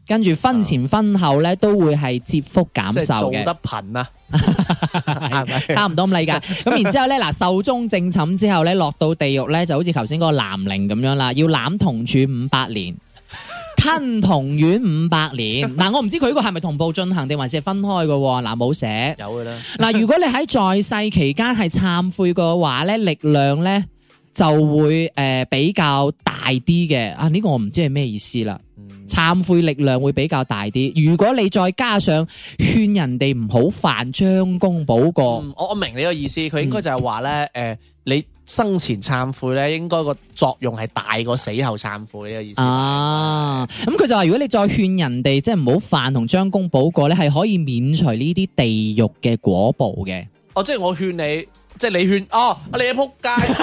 S1: 跟住婚前婚後咧都會係接福減
S2: 即係
S1: 壽
S2: 做
S1: 嘅。
S2: 得頻啊，
S1: 係
S2: 係咪？
S1: 差唔多咁理解。咁然之後咧，嗱，壽終正寢之後咧，落到地獄咧，就好似頭先嗰個男靈咁樣啦，要攬同處五百年。吞同丸五百年，嗱我唔知佢呢個係咪同步進行定還是係分開嘅喎，嗱冇寫。
S2: 有嘅啦，
S1: 嗱如果你喺在世期間係懺悔嘅話咧，力量咧就會誒、呃比較大啲嘅。啊呢、個我唔知係咩意思啦。
S2: 嗯
S1: 懺悔力量會比較大啲。如果你再加上勸人哋唔好犯將功補過。
S2: 嗯我我明你個意思，佢應該
S1: 嗯
S2: 就係話咧，誒，你生前懺悔咧，應該個作用係大過死後懺悔呢個意思。
S1: 啊，咁佢就話：如果你再勸人哋即係唔好犯同將功補過咧，係可以免除呢啲地獄嘅果報嘅。
S2: 哦，即係我勸你，即係你勸，哦，你係仆 街，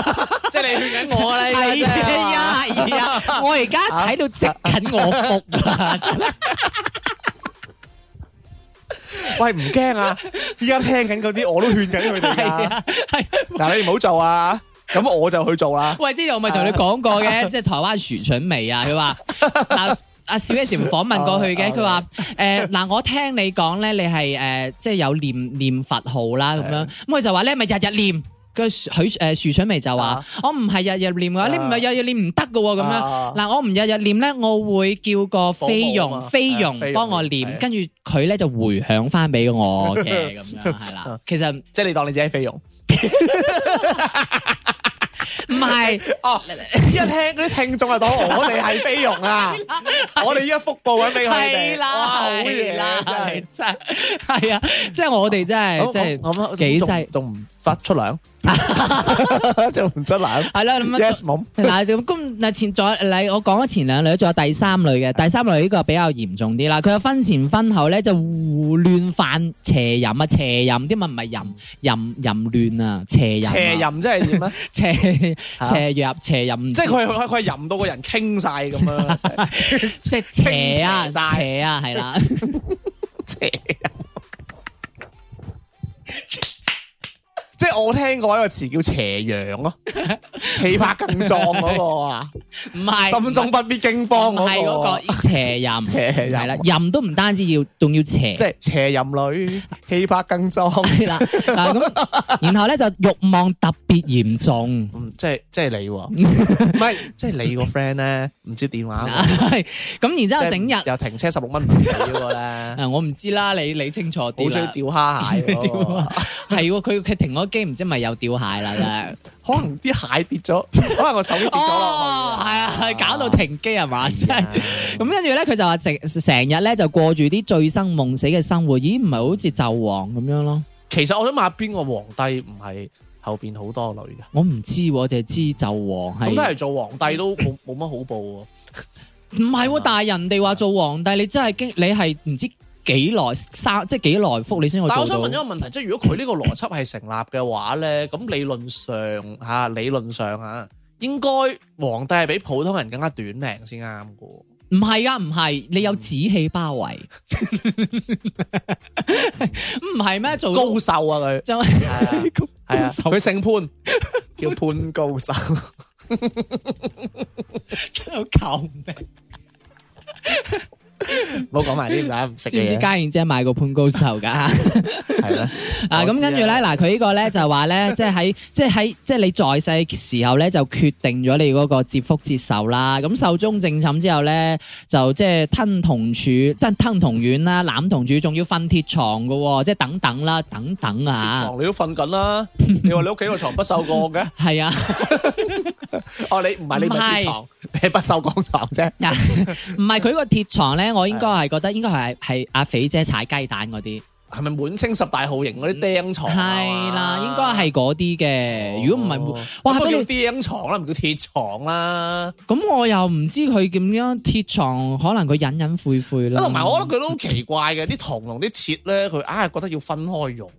S2: 即係你勸緊我啦，依家真係嘛，
S1: 係啊！我而家睇到積緊我腹啊！
S4: 喂，唔驚啊！依家聽緊嗰啲我都勸緊佢哋
S1: 係
S4: 啊！
S1: 啊，係。
S4: 嗱，你唔好做啊！咁我就去做啦。
S1: 喂，之前我咪同你講過
S4: 啊
S1: 嘅，即係台灣薯筍味啊！佢話嗱。阿小野時訪問過佢嘅，
S4: 哦
S1: 佢話誒嗱，我聽你講咧，你係誒、呃即係有念念佛號啦咁樣，咁佢就話咧，咪日日念。佢許誒薯筍味就話
S4: 啊：
S1: 我唔係日日念嘅話，你唔係日日念唔得嘅喎咁樣。
S4: 啊
S1: 嗱，我唔日日念咧，我會叫個菲
S4: 寶寶啊
S1: 傭
S4: 嘛
S1: 菲
S4: 係
S1: 傭
S4: 啊
S1: 幫我
S4: 菲
S1: 念，
S4: 傭
S1: 跟住佢咧就回響翻俾我嘅咁樣 係啦。其實
S2: 即係你當你自己係菲傭。
S1: 唔係。
S4: 哦，依家聽嗰啲聽眾就當我哋係菲傭 啊！我哋依家福報緊俾佢哋。
S1: 係啦，
S4: 哇好
S1: 係
S4: 嘢
S1: 啦，
S4: 真係
S1: 係真係係啊！即係我哋真係即係
S2: 係
S1: 幾細
S2: 仲唔發出 糧？
S4: 仲唔出糧
S1: 係啦咁啊樣。
S4: ？Yes，冇。
S1: 嗱咁咁嗱前再嚟，我講咗前兩類，仲有第三類嘅。第三類呢個比較嚴重啲啦，佢有婚前婚後咧就胡亂犯邪淫啊，邪淫啲咪唔係淫淫淫亂啊，邪淫啊
S2: 邪淫即係點 咧？
S1: 邪
S2: 嚇
S1: 邪入邪淫，
S2: 即係佢係佢佢係淫到個人傾晒咁樣，
S1: 即係邪
S2: 傾
S1: 啊
S2: 斜晒
S1: 邪啊係啦。
S2: 即係我聽過一個詞叫邪陽 咯，氣魄更壯嗰個啊，
S1: 唔係，
S2: 心中不必驚慌
S1: 唔係
S2: 嗰個啊，
S1: 嗰個邪淫，
S2: 邪淫
S1: 係啦，淫都唔單止要，仲要邪，
S2: 即係邪淫女，氣魄更 壯。
S1: 係啦。嗱咁，然後咧就欲望特別嚴重。
S2: 嗯，即係即係你喎，唔係即係你個 friend 咧唔接電話喎，
S1: 係咁，然之後整
S2: 即
S1: 日
S2: 係，又停車十六蚊唔俾嗰個咧，
S1: 誒我唔知啦，你你清楚
S2: 好
S1: 啲
S2: 中意
S1: 啦。
S2: 釣蝦蟹嗰個啊，
S1: 係喎，佢佢停咗機，唔知咪有吊蟹啦真係。
S2: 可能啲蟹跌 咗，可能個手 跌咗落，
S1: 哦
S2: 去
S1: 係
S2: 啊，哎
S1: 啊，係搞到停機係嘛，真係。
S2: 係
S1: 咁跟住咧，佢就話成成日咧就過住啲醉生夢死嘅生活，咦唔係好似紂王咁樣咯？
S2: 其實我想問下邊個皇帝唔係後邊好多女嘅？
S1: 我唔知喎，我哋知紂王係
S2: 咁都係做皇帝都冇 冇乜好報喎。
S1: 唔係喎，但係人哋話做皇帝，你真係經你係唔知幾耐三即係幾耐福你先可以
S2: 但係我
S1: 做
S2: 想
S1: 到
S2: 問一個問題，即係如果佢呢個邏輯係成立嘅話咧，咁理論上嚇、啊理論上啊，應該皇帝係比普通人更加短命先啱嘅喎。
S1: 唔係啊，唔係你有紫氣包圍，唔係咩做
S2: 高壽啊 佢，
S1: 就
S2: 係係啊，佢姓潘，
S4: 叫潘高手，
S1: 有救命！
S2: 唔好講埋啲唔啱唔食
S1: 知唔
S2: 嘅
S1: 知
S2: 嘢，
S1: 家燕姐買個潘高壽㗎？
S2: 係啦。
S1: 啊，咁
S2: 我知
S1: 跟住咧，嗱，佢呢個咧就話咧，即係喺即係喺即係你在世嘅時候咧，就決定咗你嗰個接福接受啦。咁壽終正寢之後咧，就即係吞同處，即係吞同丸啦，攬同處，仲要瞓鐵床噶喎，即係等等啦，等等啊，
S2: 床你都瞓緊啦，你話你屋企個床不鏽鋼嘅？
S1: 係啊，
S2: 哦，你唔係你唔
S1: 唔
S2: 係
S1: 係
S2: 鐵床，你係不鏽鋼床啫。
S1: 唔係佢個鐵床咧，我應該係覺得應該 係係阿肥姐踩雞蛋嗰啲，
S2: 係咪滿清十大酷刑嗰啲釘床啊？哦
S1: 係啦，應該係嗰啲嘅。如果唔係，
S2: 係，
S1: 哇
S2: 哇，都
S1: 不
S2: 叫
S1: 過
S2: 釘床啦，唔叫鐵床啦。
S1: 咁我又唔知佢點樣鐵床，可能佢隱隱晦晦啦。
S2: 啊同埋我覺得佢都好奇怪嘅，啲銅同啲鐵咧，佢硬係覺得要分開 用。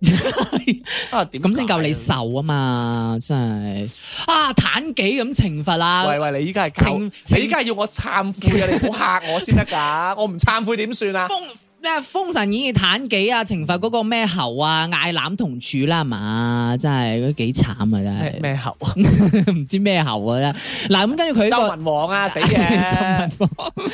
S2: 啊，點解
S1: 咁先夠你受啊嘛，真係啊，坦幾咁懲罰
S2: 喂
S1: 啊！
S2: 喂，你依家係
S1: 懲
S2: 教，你依家係要我懺悔啊！你唔好嚇我先得㗎，我唔懺悔點算啊？
S1: 封咩《封神演義》坦幾啊，懲罰嗰個咩侯啊，嗌攬同處啦，係嘛，真係都幾慘啊！
S2: 咩咩喉？
S1: 真係唔知咩侯啊！真係嗱咁跟住佢
S2: 周
S1: 呢
S2: 文王啊，死嘅！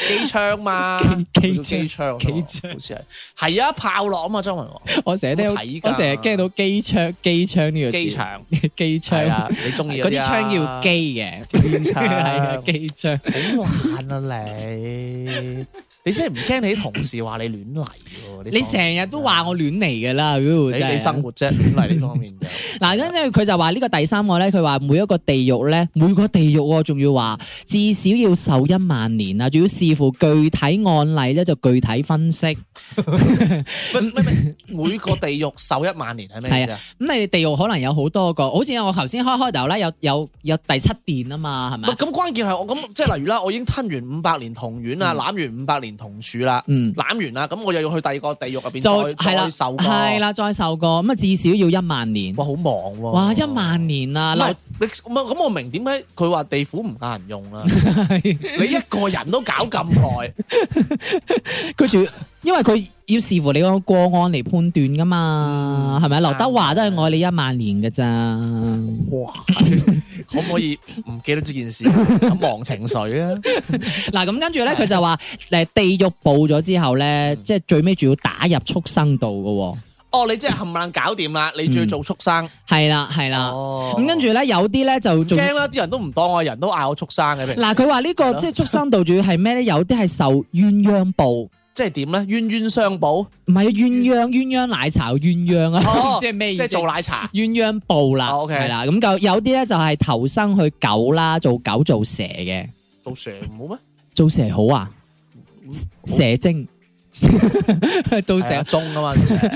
S2: 機槍嘛，
S1: 機
S2: 叫機槍，
S1: 機
S2: 槍好似係係啊，炮落啊嘛，周文王
S1: 個我成日都有
S2: 好睇㗎
S1: 我成日驚到機槍機槍呢個字
S2: 機場
S1: 機
S2: 係
S1: 槍
S2: 啦，你中意
S1: 嗰啲
S2: 啲啊
S1: 槍叫機嘅，
S2: 機
S1: 係啊
S2: 槍，
S1: 機 槍。
S2: 好玩啊你！你真係唔驚你啲同事話你亂嚟喎？
S1: 你
S2: 講
S1: 成日都話我亂嚟㗎啦，如果
S2: 你
S1: 真係
S2: 你生活啫，亂嚟呢方面 就
S1: 嗱，跟住佢就話呢個第三個咧，佢話每一個地獄咧，每個地獄喎，仲要話至少要受一萬年啊，仲要視乎具體案例咧，就具體分析。
S2: 喂
S1: 咁
S2: 喂喂每個地獄受一萬年係咩意思啊？
S1: 你哋地獄可能有好多個，好似我頭先開開頭啦，有有有第七殿啊嘛，係
S2: 唔
S1: 咪
S2: 係？咁關鍵係我咁即係例如啦，我已經吞完五百年銅丸啦，攬完五百年銅柱啦，
S1: 嗯，
S2: 攬完啦，咁我又要去第二個地獄入邊
S1: 就
S2: 再
S1: 係啦，
S2: 再受過
S1: 係啦，再受過，咁啊至少要一萬年。
S2: 哇，好忙喎！
S1: 哇，一萬年啊！
S2: 唔
S1: 留
S2: 係你唔係咁，我明點解佢話地府唔夠人 用啦。你一個人都搞咁耐，
S1: 佢仲要，因為佢要視乎你個個案嚟判斷噶嘛，
S2: 嗯
S1: 係咪啊？劉德華都係愛你一萬年 嘅咋。
S2: 哇！可唔可以唔記得呢件事？咁忘情水啊！
S1: 嗱，咁跟住咧，佢就話誒地獄報咗之後咧，
S2: 嗯
S1: 即係最尾仲要打入畜生道嘅喎。
S2: 哦，你真係冚唪唥搞掂啦，你仲要做畜生。
S1: 係啦，係啦。
S2: 哦，
S1: 咁跟住咧，有啲咧就仲
S2: 驚啦，啲人都唔當我係人都嗌我畜生嘅。平時
S1: 嗱，佢話呢個
S2: 係咯
S1: 即係畜生道主要係咩咧？有啲係受鴛鴦報。
S2: 即係點咧？冤冤相報，
S1: 唔係啊鴛鴦，鴛鴦奶茶有鴛鴦啊，
S2: 嗯哦
S1: 唔知係咩意
S2: 即
S1: 思？
S2: 係做奶茶。
S1: 鴛鴦報啦，
S2: 哦，OK
S1: 係啦，咁就有啲咧就係投生去狗啦，做狗做蛇嘅，
S2: 做蛇唔好
S1: 做蛇好啊，蛇精，
S2: 咩？
S1: 做蛇
S2: 係啊中啊嘛，做蛇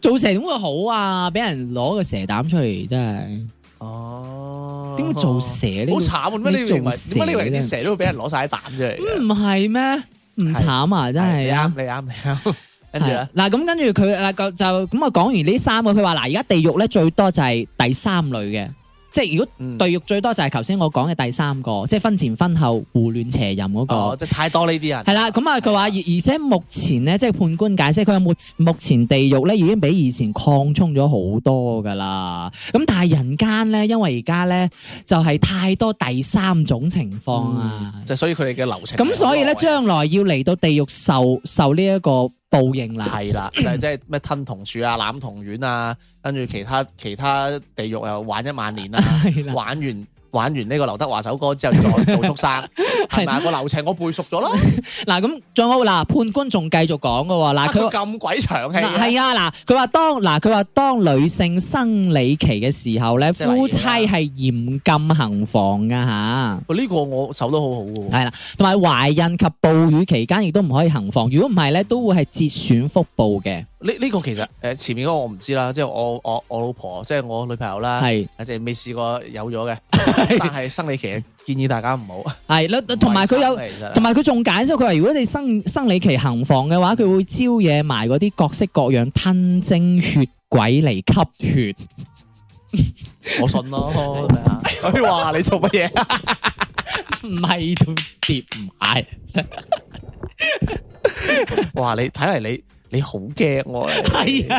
S1: 做蛇點會好啊？俾人攞個蛇膽出嚟，真
S2: 哦
S1: 係點會做蛇呢？
S2: 好慘啊！點解你認為
S1: 你做
S2: 點
S1: 蛇
S2: 解你以為
S1: 真
S2: 啲
S1: 係
S2: 蛇都會俾人攞晒啲膽出嚟嘅？
S1: 唔係咩？唔慘啊！真
S2: 你
S1: 係
S2: 啱
S1: 啊！
S2: 你啱你啱。跟住咧，
S1: 嗱咁跟住佢嗱就就咁啊講完呢三個，佢話嗱而家地獄咧最多就係第三類嘅，即係如果
S2: 嗯
S1: 地獄最多就係頭先我講嘅第三個，即係婚前婚後胡亂邪淫嗰個。
S2: 哦，即係太多呢啲人。
S1: 係啦，咁啊，佢話而而且目前咧，即係判官解釋，佢話目目前地獄咧已經比以前擴充咗好多噶啦。咁但係人間咧，因為而家咧就係、太多第三種情況啊，
S2: 就所以佢哋嘅流程
S1: 咁、所以咧
S2: 係
S1: 將來要嚟到地獄受受呢一個報應啦。
S2: 係啦，就係即係咩吞同柱啊、攬同丸啊，跟住其他其他地獄又玩一萬年啊，
S1: 係啦
S2: 玩完玩完呢個劉德華首歌之後再 做畜生，係咪啊個流程我背熟 咗咯？
S1: 嗱，咁仲好嗱，判官仲繼續講噶喎，嗱
S2: 啊佢
S1: 佢。
S2: 咁鬼長氣
S1: 嗱
S2: 啊，
S1: 係啊，嗱，佢話當嗱，佢話當女性生理期嘅時候咧，
S2: 即係例如
S1: 夫妻
S2: 啦
S1: 係嚴禁行房噶吓。
S2: 喂呢個我手都好好嘅喎。
S1: 係啦，同埋懷孕及哺乳期間亦都唔可以行房，如果唔係咧，都會係折損腹部嘅。
S2: 呢呢個其實誒前面嗰個我唔知啦，即係我我我老婆即係我女朋友啦，啊
S1: 係
S2: 即係未試過有 咗嘅，但係生理期建議大家唔好。
S1: 係啦，同埋佢有，同
S2: 埋
S1: 埋佢仲解釋佢話，如果你生生理期行房嘅話，佢會招惹埋嗰啲各式各樣吞精血鬼嚟吸血。
S2: 我信咯，係咪啊佢話你做乜嘢？
S1: 唔係 都跌唔埋，真係
S2: 哇！你睇嚟你你好驚我啊，
S1: 系啊，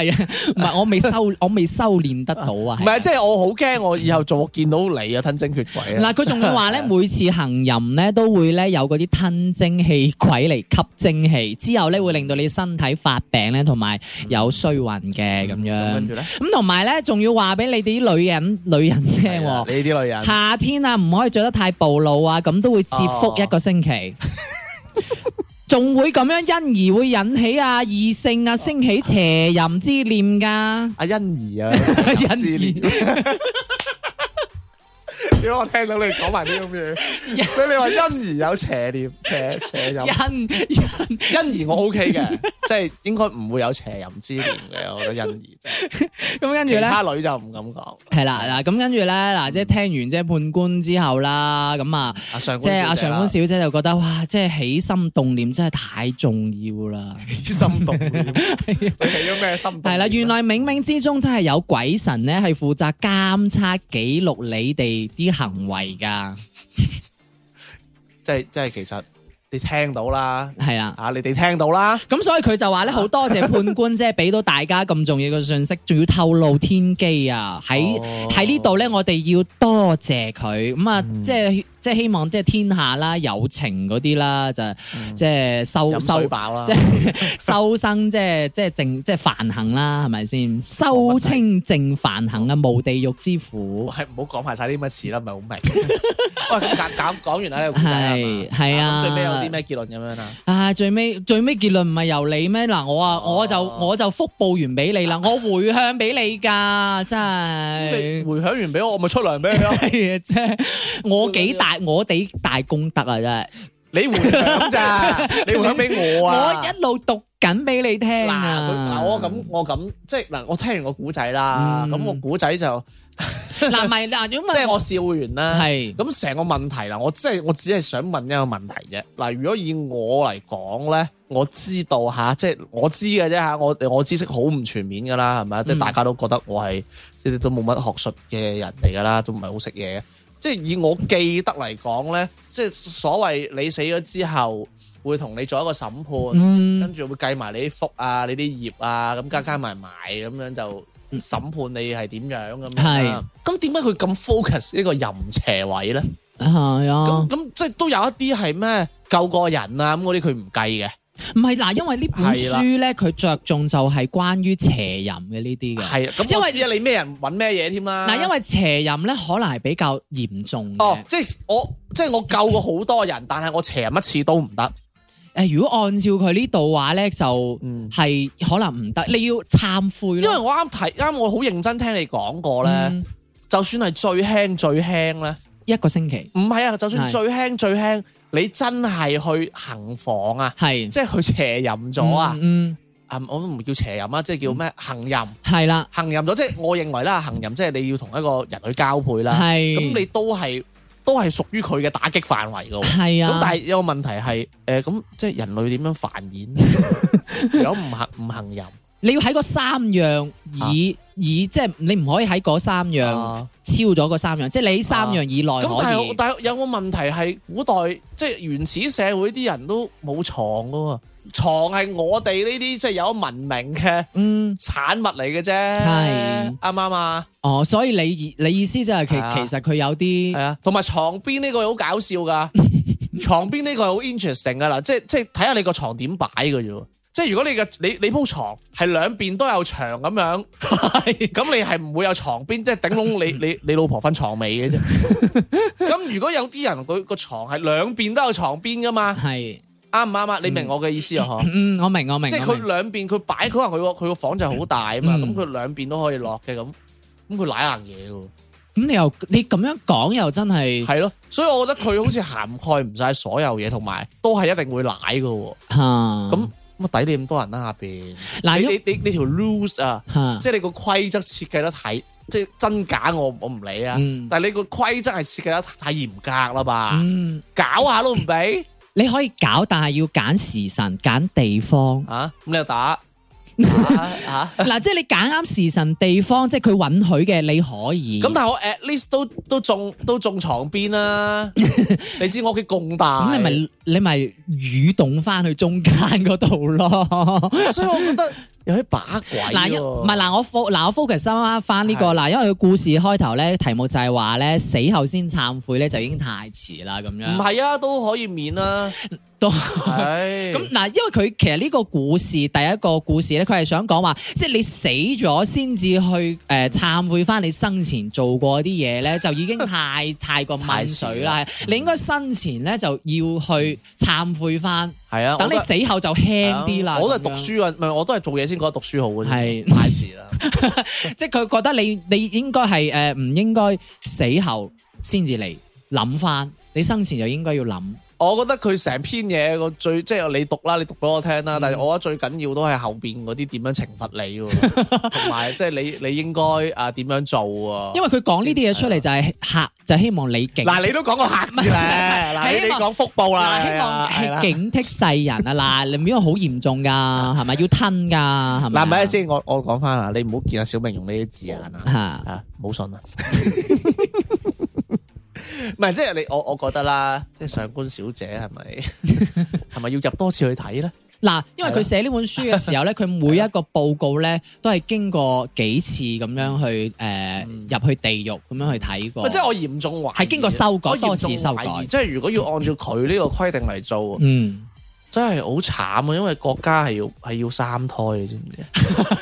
S1: 系啊，唔系我未修，我未修炼得到啊。
S2: 唔係即係我好驚我以後做見到你啊吞精血鬼啊！
S1: 嗱，佢仲要話咧，每次行淫咧都會咧有嗰啲吞精氣鬼嚟吸精氣，之後咧會令到你身體發病咧，同埋有衰運嘅咁
S2: 嗯咁跟
S1: 樣。
S2: 住咧，
S1: 咁同埋咧，仲要話俾你哋啲女人女人聽
S2: 係啊
S1: 喎，
S2: 你啲女人
S1: 夏天啊唔可以着得太暴露啊，咁都會接
S2: 哦
S1: 福一個 星期。仲會咁樣，因而會引起啊異性啊升起邪淫之念 㗎。
S2: 阿欣怡啊，
S1: 欣怡
S2: 資料。點解我聽到你講埋啲咁嘅嘢？所以你話欣怡有邪 念、邪邪淫，
S1: 因因
S2: 欣怡我 OK 嘅，即係應該唔會有邪淫之念嘅。我覺得欣怡真係，
S1: 咁跟住
S2: 其
S1: 咧。
S2: 他女就唔敢講。
S1: 系啦，嗱咁跟住咧，嗱
S2: 嗯
S1: 即係聽完即係判官之後啦，咁啊，
S2: 阿上
S1: 即係
S2: 官
S1: 阿
S2: 小姐
S1: 上
S2: 啦
S1: 官小姐就覺得哇，即係起心動念真係太重要啦，
S2: 起心動念，你起咗咩心動念？
S1: 係啦，原來冥冥之中真係有鬼神咧，係負責監察記錄你哋啲行為㗎，
S2: 即係即係其實你聽到啦，
S1: 係啦。
S2: 啊你哋聽到啦，
S1: 咁所以佢就話咧，好多謝判官即係俾到大家咁重要嘅信息，仲要透露天機啊！喺
S2: 哦嗯
S1: 喺呢度咧，我哋要多謝佢咁啊，即係即係希望即係天下啦，友情嗰啲啦，就即係收
S2: 嗯飲水
S1: 收
S2: 飽啦
S1: 即， 係修生，即係即係正即係梵行啦，係咪先？修清淨梵行啊，無地獄之苦。
S2: 係唔好講埋晒啲乜詞啦，唔係好明。 喂，咁講講完啦呢個故仔啦
S1: 係係
S2: 咁
S1: 啊，
S2: 最尾有啲咩結論咁樣啊？
S1: 啊，最尾最尾結論唔係由你咩？嗱，我啊，我就我就福報完俾你啦，我回向俾你㗎，真
S2: 你
S1: 係。
S2: 回響完俾我，我咪出糧俾你咯。
S1: 係啊，即係我幾大我哋大功德啊，真係。
S2: 你回響咋？你回響俾我啊？
S1: 我一路讀緊俾你聽
S2: 嗱，佢
S1: 啊。
S2: 嗱我咁我咁即係嗱，我聽完個古仔啦，
S1: 嗯啊
S2: 咁我古仔就
S1: 嗱，唔係嗱，如
S2: 即
S1: 果
S2: 係
S1: 問
S2: 我笑完啦。
S1: 係
S2: 咁成個問題啦，我即係我只係想問一個問題啫。嗱，如果以我嚟講咧，我知道吓，即係我知嘅啫吓，我我知識好唔全面噶啦，係咪啊？即係
S1: 嗯
S2: 大家都覺得我係即係都冇乜學術嘅人嚟噶啦，都唔係好識嘢嘅。即係以我記得嚟講咧，即係所謂你死咗之後會同你做一個審判，
S1: 嗯
S2: 跟住會計埋你啲福啊、你啲業啊，咁加加埋埋咁樣就
S1: 嗯
S2: 審判你係點樣咁樣啦。咁點解佢咁 focus 呢個淫邪位咧？
S1: 係啊
S2: 咁。咁即係都有一啲係咩救過人啊咁嗰啲佢唔計嘅，
S1: 唔係嗱，因為呢本
S2: 係啦
S1: 書咧，佢着重就係關於邪淫嘅呢啲嘅。
S2: 係啊咁
S1: 因
S2: 因
S1: 為
S2: 為知啊你咩人揾咩嘢添啦。
S1: 嗱，因為邪淫咧，可能係比較嚴重嘅。
S2: 哦，即係我即係我救過好多人，但係我邪乜次都唔得。
S1: 誒，如果按照佢呢度話咧，就
S2: 嗯
S1: 係可能唔得，你要懺悔
S2: 因為
S1: 咯。
S2: 我啱睇啱，我好認真聽你講過咧，
S1: 嗯
S2: 就算係最輕最輕咧，
S1: 一個星期
S2: 唔係啊，就算
S1: 係
S2: 最輕最輕，你真係去行房啊，
S1: 係
S2: 即係去邪淫咗啊，
S1: 嗯，嗯嗯
S2: 啊我都唔叫邪淫啊，即係叫咩行淫。
S1: 係啦，
S2: 行淫咗，即係我認為啦，行淫即係你要同一個人去交配啦。
S1: 係
S2: 啊咁你都係都係屬於佢嘅打擊範圍噶。咁
S1: 係啊。
S2: 但係有個問題係，誒、咁即係人類點樣繁衍？ 如果唔行唔行淫，
S1: 你要喺嗰三樣以以即係你唔可以喺嗰三樣
S2: 啊
S1: 超咗嗰三樣，即係你三樣以內
S2: 咁但
S1: 可
S2: 係
S1: 以。
S2: 但係有個問題係，古代即係原始社會啲人都冇床噶喎，床係我哋呢啲即係有文明嘅
S1: 嗯。
S2: 產物嚟嘅啫，
S1: 係
S2: 啱唔啱啊？
S1: 哦，所以你意你意思就係其
S2: 係啊
S1: 其實佢有
S2: 系
S1: 啲
S2: 啊，同埋床邊呢個好搞笑 噶，床邊呢個係好 interesting 噶啦，即係即系睇下你個床點擺嘅啫喎。即係如果你嘅你你铺床係兩邊都有牆咁樣，咁你係唔會有床邊，即係頂籠你 你你老婆瞓床尾嘅啫。咁如果有啲人佢個床係兩邊都有床邊噶嘛，
S1: 係，
S2: 啱唔啱啊？你明我嘅意思啊？嗬、
S1: 嗯，我明我明，
S2: 即係
S1: 我
S2: 佢
S1: 明
S2: 兩邊佢擺，可能佢個佢个房就好大啊嘛，咁
S1: 嗯
S2: 佢兩邊都可以落嘅咁，咁佢舐硬嘢嘅喎。
S1: 咁你又你咁樣講又真 係
S2: 係咯，所以我覺得佢好似涵蓋唔晒所有嘢，同埋都係一定會奶嘅喎。
S1: 嚇
S2: 咁乜抵你咁多人啦下邊？
S1: 嗱，
S2: 你
S1: 因
S2: 你你你條 rules 啊，
S1: 嚇
S2: 即係你個規則設計得太，即係真假我我唔理啊。
S1: 嗯
S2: 但係你個規則係設計得太嚴格啦吧？
S1: 嗯，
S2: 搞下都唔俾
S1: 你可以搞，但係要揀時辰、揀地 方，
S2: 啊！咁你又打吓
S6: 嗱，即係你揀啱時辰地方，即係佢允許嘅，你可以。
S2: 咁但係我 at least 都都中都中床邊 啦，你知我屋企咁大，
S6: 咁你咪你咪蠕動翻去中間嗰度 咯。
S2: 所以我覺得有啲把鬼喎。
S3: 哎
S6: 嗱，一唔係嗱，我 fo 嗱我 focus 翻翻呢個
S2: 係
S6: 嗱，因為佢故事開頭咧題目就係話咧死後先懺悔咧就已經太遲啦咁
S2: 唔
S6: 樣。
S2: 係啊，都可以免啊啦。
S6: 都
S2: 係
S6: 咁嗱，因為佢其實呢個故事第一個故事咧，佢係想講話，即係你死咗先至去誒、呃、懺悔翻你生前做過啲嘢 咧，就已經太太過掹水啦。
S2: 嗯
S6: 你應該生前咧就要去懺悔翻，
S2: 係啊，
S6: 等你
S2: 我覺得
S6: 死後就輕啲啦。
S2: 我都係
S6: 咁
S2: 讀
S6: 樣
S2: 書啊，唔係我都係做嘢先覺得讀書好嘅。
S6: 係
S2: 太遲啦，
S6: 即係佢覺得你你應該係誒呃唔應該死後先至嚟諗翻，你生前就應該要諗。
S2: 我覺得佢成篇嘢個最即係你讀啦，你讀俾我聽
S6: 嗯
S2: 啦。但係我覺得最緊要都係後邊嗰啲點樣懲罰 你喎，同埋即係你你應該啊點樣做啊？
S6: 因為佢講呢啲嘢出嚟就係嚇，就希望你警
S2: 嗱，你都講個客字咧，嗱
S6: 係
S2: 你
S6: 希
S2: 你
S6: 望
S2: 講福報啦，
S6: 嗱，希望
S2: 係
S6: 係
S2: 啦
S6: 警惕世 人啊！嗱，你唔要好嚴重㗎，係咪要吞㗎？係咪？
S2: 嗱，咪先，我我講翻啊，你唔好見阿小明用呢啲字眼啊。
S6: 嚇
S2: 啊，唔好信啊！ 唔係，即係你我我覺得啦，即係上官小姐係 咪係咪要入多次去睇咧？
S6: 嗱，因為佢寫呢本書嘅時候 咧，佢每一個報告咧都係經過幾次咁樣去誒入去地獄咁樣去睇過。
S2: 喂即係我嚴重懷疑，
S6: 哦
S2: 啊
S6: 係經過修改
S2: 我嚴重
S6: 多次修改
S2: 懷疑即係如果要按照佢呢個規定 嚟做，
S6: 嗯。
S2: 真係好慘啊！因為國家係要係要三胎，你知唔 知？啊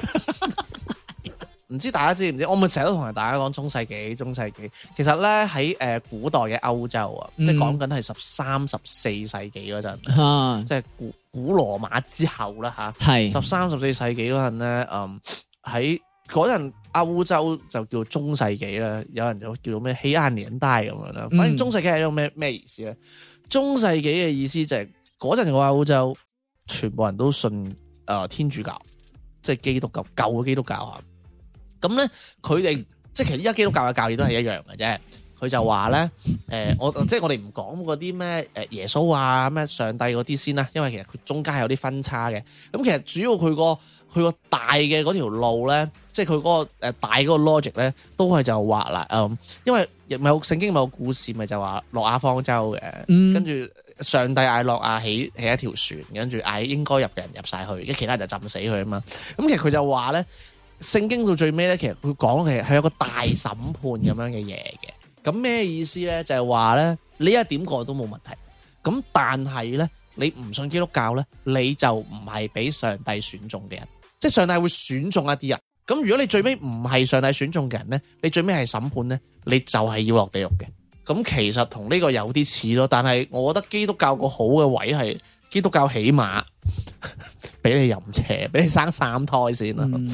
S2: 唔知大家知唔知？我咪成日都同大家講中世紀，中世紀其實咧喺誒古代嘅歐洲啊，即係
S6: 嗯
S2: 講緊係十三、十四世紀嗰陣。
S6: 啊，
S2: 即係古古羅馬之後啦
S6: 係
S2: 吓，十三十四世紀嗰陣咧，嗯喺嗰陣歐洲就叫中世紀啦，有人就叫做咩黑暗年代咁樣啦。反正
S6: 嗯
S2: 中世紀係一個咩咩意思咧？中世紀嘅意思就係嗰陣嘅歐洲，全部人都信誒、呃天主教，即係基督教舊嘅基督教啊。咁咧佢哋即係其實依家基督教嘅教義都係一樣嘅啫。佢就話咧，誒、呃我即係我哋唔講嗰啲咩誒耶穌啊、咩上帝嗰啲先啦，因為其實佢中間係有啲分叉嘅。咁其實主要佢個佢個大嘅嗰條路咧，即係佢嗰個誒大嗰個 logic 咧，都係就話啦，嗯，因為亦咪有聖經咪有故事咪就話諾亞方舟嘅，
S6: 嗯
S2: 跟住上帝嗌諾亞起起一條船，跟住嗌應該入嘅人入晒去，跟住其他人就浸死佢啊嘛。咁其實佢就話咧。聖經到最尾咧，其實佢講嘅係有個大審判咁樣嘅嘢嘅。咁咩意思咧？就係話咧，呢一點過都冇問題。咁但係咧，你唔信基督教咧，你就唔係俾上帝選中嘅人，即係上帝會選中一啲人。咁如果你最尾唔係上帝選中嘅人咧，你最尾係審判咧，你就係要落地獄嘅。咁其實同呢個有啲似咯，但係我覺得基督教個好嘅位係基督教起碼俾你淫邪，俾你生三胎先啦。
S6: 嗯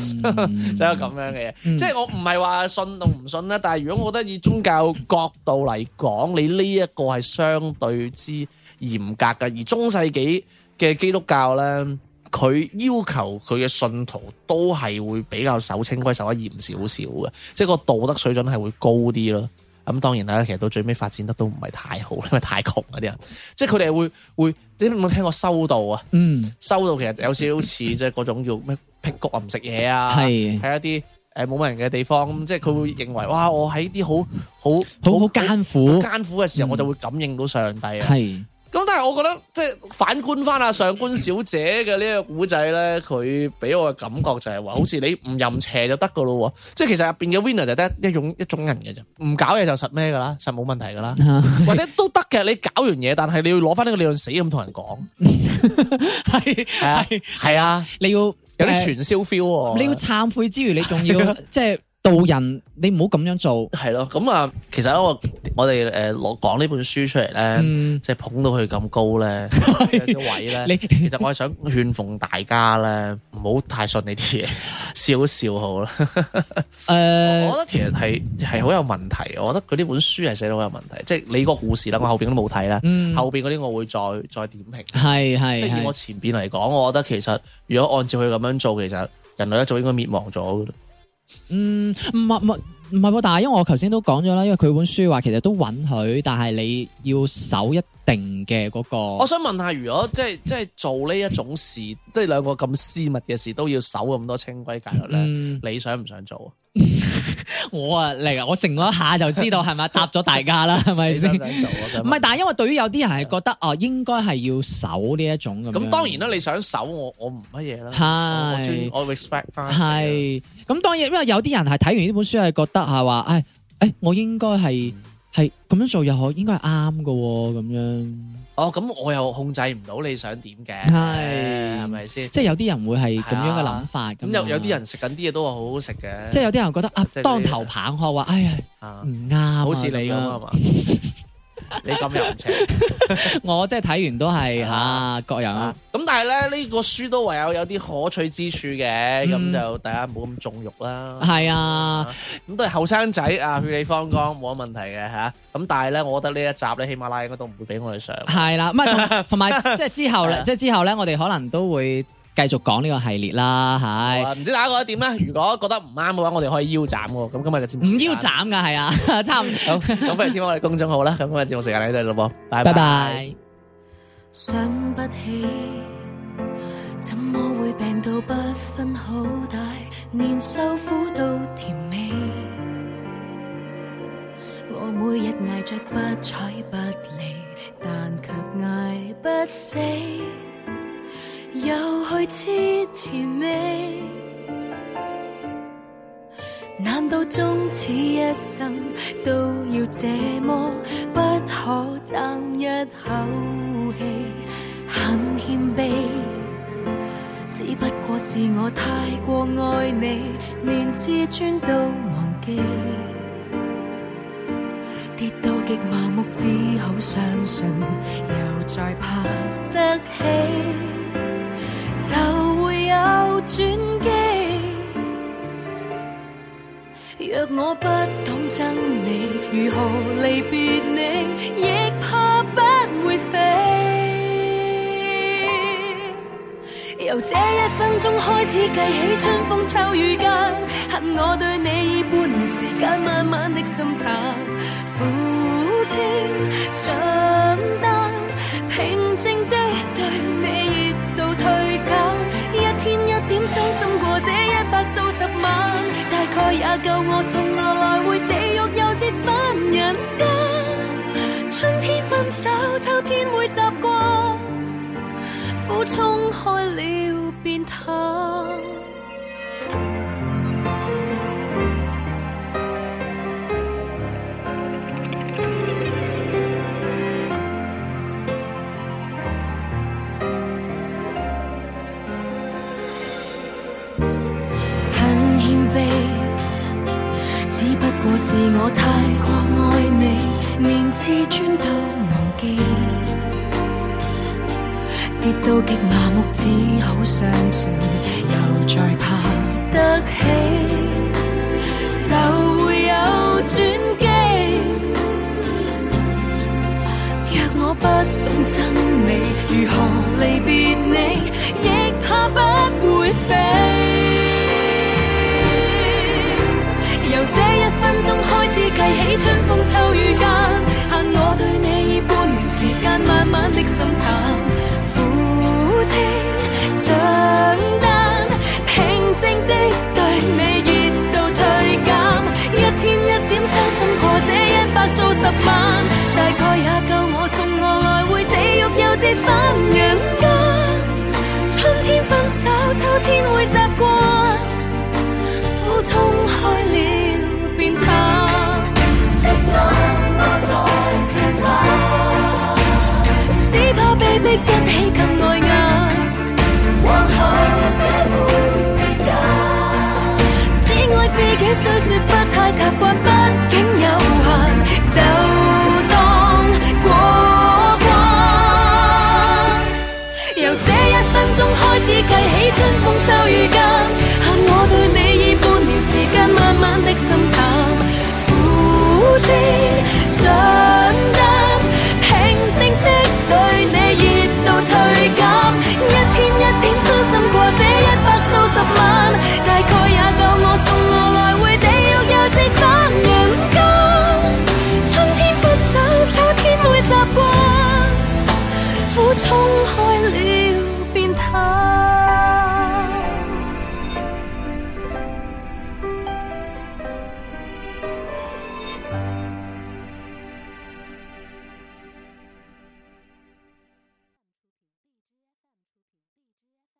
S2: 就有咁樣嘅嘢，
S6: 嗯
S2: 即係我唔係話信同唔信啦，但係如果我覺得以宗教角度嚟講，你呢一個係相對之嚴格嘅，而中世紀嘅基督教咧。佢要求佢嘅信徒都係會比較守清規、守得嚴少少嘅，即係個道德水準係會高啲咯。咁當然啦，其實到最尾發展得都唔係太好，因為太窮啦啲人，即係佢哋會會，你有冇聽過修道啊？
S6: 嗯，
S2: 收到其實有少少似即係嗰種叫咩辟谷啊，唔食嘢啊，喺一
S6: 係
S2: 啲誒冇乜人嘅地方，即係佢會認為哇，我喺啲好好
S6: 好好艱苦，
S2: 艱苦嘅時候，
S6: 嗯
S2: 我就會感應到上帝啊。
S6: 係
S2: 咁但係我覺得即係反觀翻阿上官小姐嘅呢個古仔咧，佢俾我嘅感覺就係話，好似你唔任邪就得噶咯喎，即係其實入邊嘅 winner 就得一種一種人嘅啫，唔搞嘢就實咩噶啦，實冇問 題噶啦。或者都得嘅，你搞完嘢，但係你要攞翻呢個理論死咁同人講，
S6: 係
S2: 係啊係啊。
S6: 你要
S2: 有啲
S6: 誒
S2: 傳銷 feel 喎，
S6: 你要懺悔之餘，你 仲要即係道人，你唔好咁樣做。
S2: 係咯，咁啊，其實咧，我我哋誒攞講呢本書出嚟咧，
S6: 嗯，
S2: 即係捧到佢咁高咧， 有啲位咧，
S6: 你
S2: 其實我係想勸奉大家咧，唔好太信呢啲嘢， 笑一笑好啦。
S6: 誒
S2: 我覺得其實係係好有問題，我覺得佢呢本書係寫到好有問題，即係你個故事啦，我後邊都冇睇啦，
S6: 嗯
S2: 後邊嗰啲我會再再點評。
S6: 係
S2: 即
S6: 係
S2: 係以我
S6: 係
S2: 前邊嚟講，我覺得其實如果按照佢咁樣做，其實人類一早應該滅亡咗噶啦。
S6: 嗯，唔係唔係唔係喎，但係因為我頭先都講咗啦，因為佢本書話其實都允許，但係你要守一定嘅嗰、
S2: 我
S6: 個。
S2: 想問下，如果即係即係做呢一種事，即係兩個咁私密嘅事都要守咁多清規戒律咧，
S6: 嗯，
S2: 你想唔想做？啊
S6: 我啊嚟，我靜咗一下就知道係咪答咗大家啦，係咪
S2: 你想
S6: 先？
S2: 唔
S6: 唔
S2: 想做啊？想問
S6: 係，但係因為對於有啲人係覺得哦，應該係要守呢一種咁樣。
S2: 咁當然啦，你想守我，我唔乜嘢啦，我我尊
S6: 嗯係
S2: 我 respect 翻。
S6: 係，咁當然，因為有啲人係睇完呢本書係覺得係話，唉，誒，我應該係
S2: 嗯
S6: 係咁樣做又可應該係啱嘅喎，咁樣
S2: 哦，咁我又控制唔到你想點嘅，
S6: 係
S2: 係咪先？
S6: 即係有啲人會係咁樣嘅諗法。
S2: 咁
S6: 樣
S2: 有有啲人食緊啲嘢都話好好食嘅，
S6: 即係有啲人覺得啊
S2: 即係嗰啲，
S6: 當頭棒喝話，哎呀
S2: 啊
S6: 唔啱啊，
S2: 好似你咁啊
S6: 樣。
S2: 嘛，
S6: 嗯
S2: 你咁人情
S6: 我即係睇完都係
S2: 啊
S6: 嚇各人
S2: 啊
S6: 啊，！
S2: 咁但係咧呢個書都唯有有啲可取之處嘅，咁
S6: 嗯
S2: 就大家唔好咁縱慾啦。
S6: 係啊，
S2: 咁都係後生仔啊，血氣方剛冇乜問題嘅吓。咁但係咧，我覺得呢一集咧，喜馬拉雅應該都唔會俾我哋上。
S6: 係啦，唔係同同埋即係之後
S2: 係
S6: 咧
S2: 啊，
S6: 即係之後咧，我哋可能都會繼續講呢個系列啦，係。
S2: 啊唔知大家覺得點咧？如果覺得唔啱嘅話，我哋可以腰斬喎。咁今日嘅節目
S6: 唔
S2: 時間
S6: 腰。斬㗎，係啊， 差唔多。
S2: 咁咁不如添加我哋公眾號啦。咁今日節目時間嚟到呢度咯噃，拜
S6: 拜拜。
S7: 想不起，怎麼會病到不分好歹，連受苦都甜美。我每日捱着不睬不理，但卻捱不死，又去痴纏你。難道終此一生都要這麼不可爭一口氣？很謙卑，只不過是我太過愛你，連自尊都忘記。跌到極麻木，只好相信，又再爬得起，就會有轉機。若我不懂憎你，如何離別你，亦怕不會飛。由這一分鐘開始計起，春風秋雨間，恨我對你已半年時間，慢慢的心淡，苦清帳單，平靜的對你熱度退減。一天一點傷心過這一百數十萬，大概也夠我送我來回地獄又折返人間。春天分手，秋天會習慣，苦衝開了變淡。很謙卑，只不過是我太過愛你，連自尊都忘記。跌到極麻木，只好相信，又再爬得起，就會有轉機。若我不懂憎你，如何離別你，亦怕不會飛。由這一分鐘開始計起，春風秋雨間，恨我對你已半年時間，慢慢的心淡，苦清帳單，平靜的對你熱度退減，一天一點傷心過這一百數十萬，大概也夠我送我來回地獄又折返人間，春天分手，秋天會習慣。苦衝開了變淡，說什麼再平凡，只怕被迫一起更礙眼。往後這半別間，只愛自己雖說不太習慣，畢竟有限，就當過關。由這一分鐘開始計起，春風秋雨間，恨我對你已半年時間，慢慢的心淡，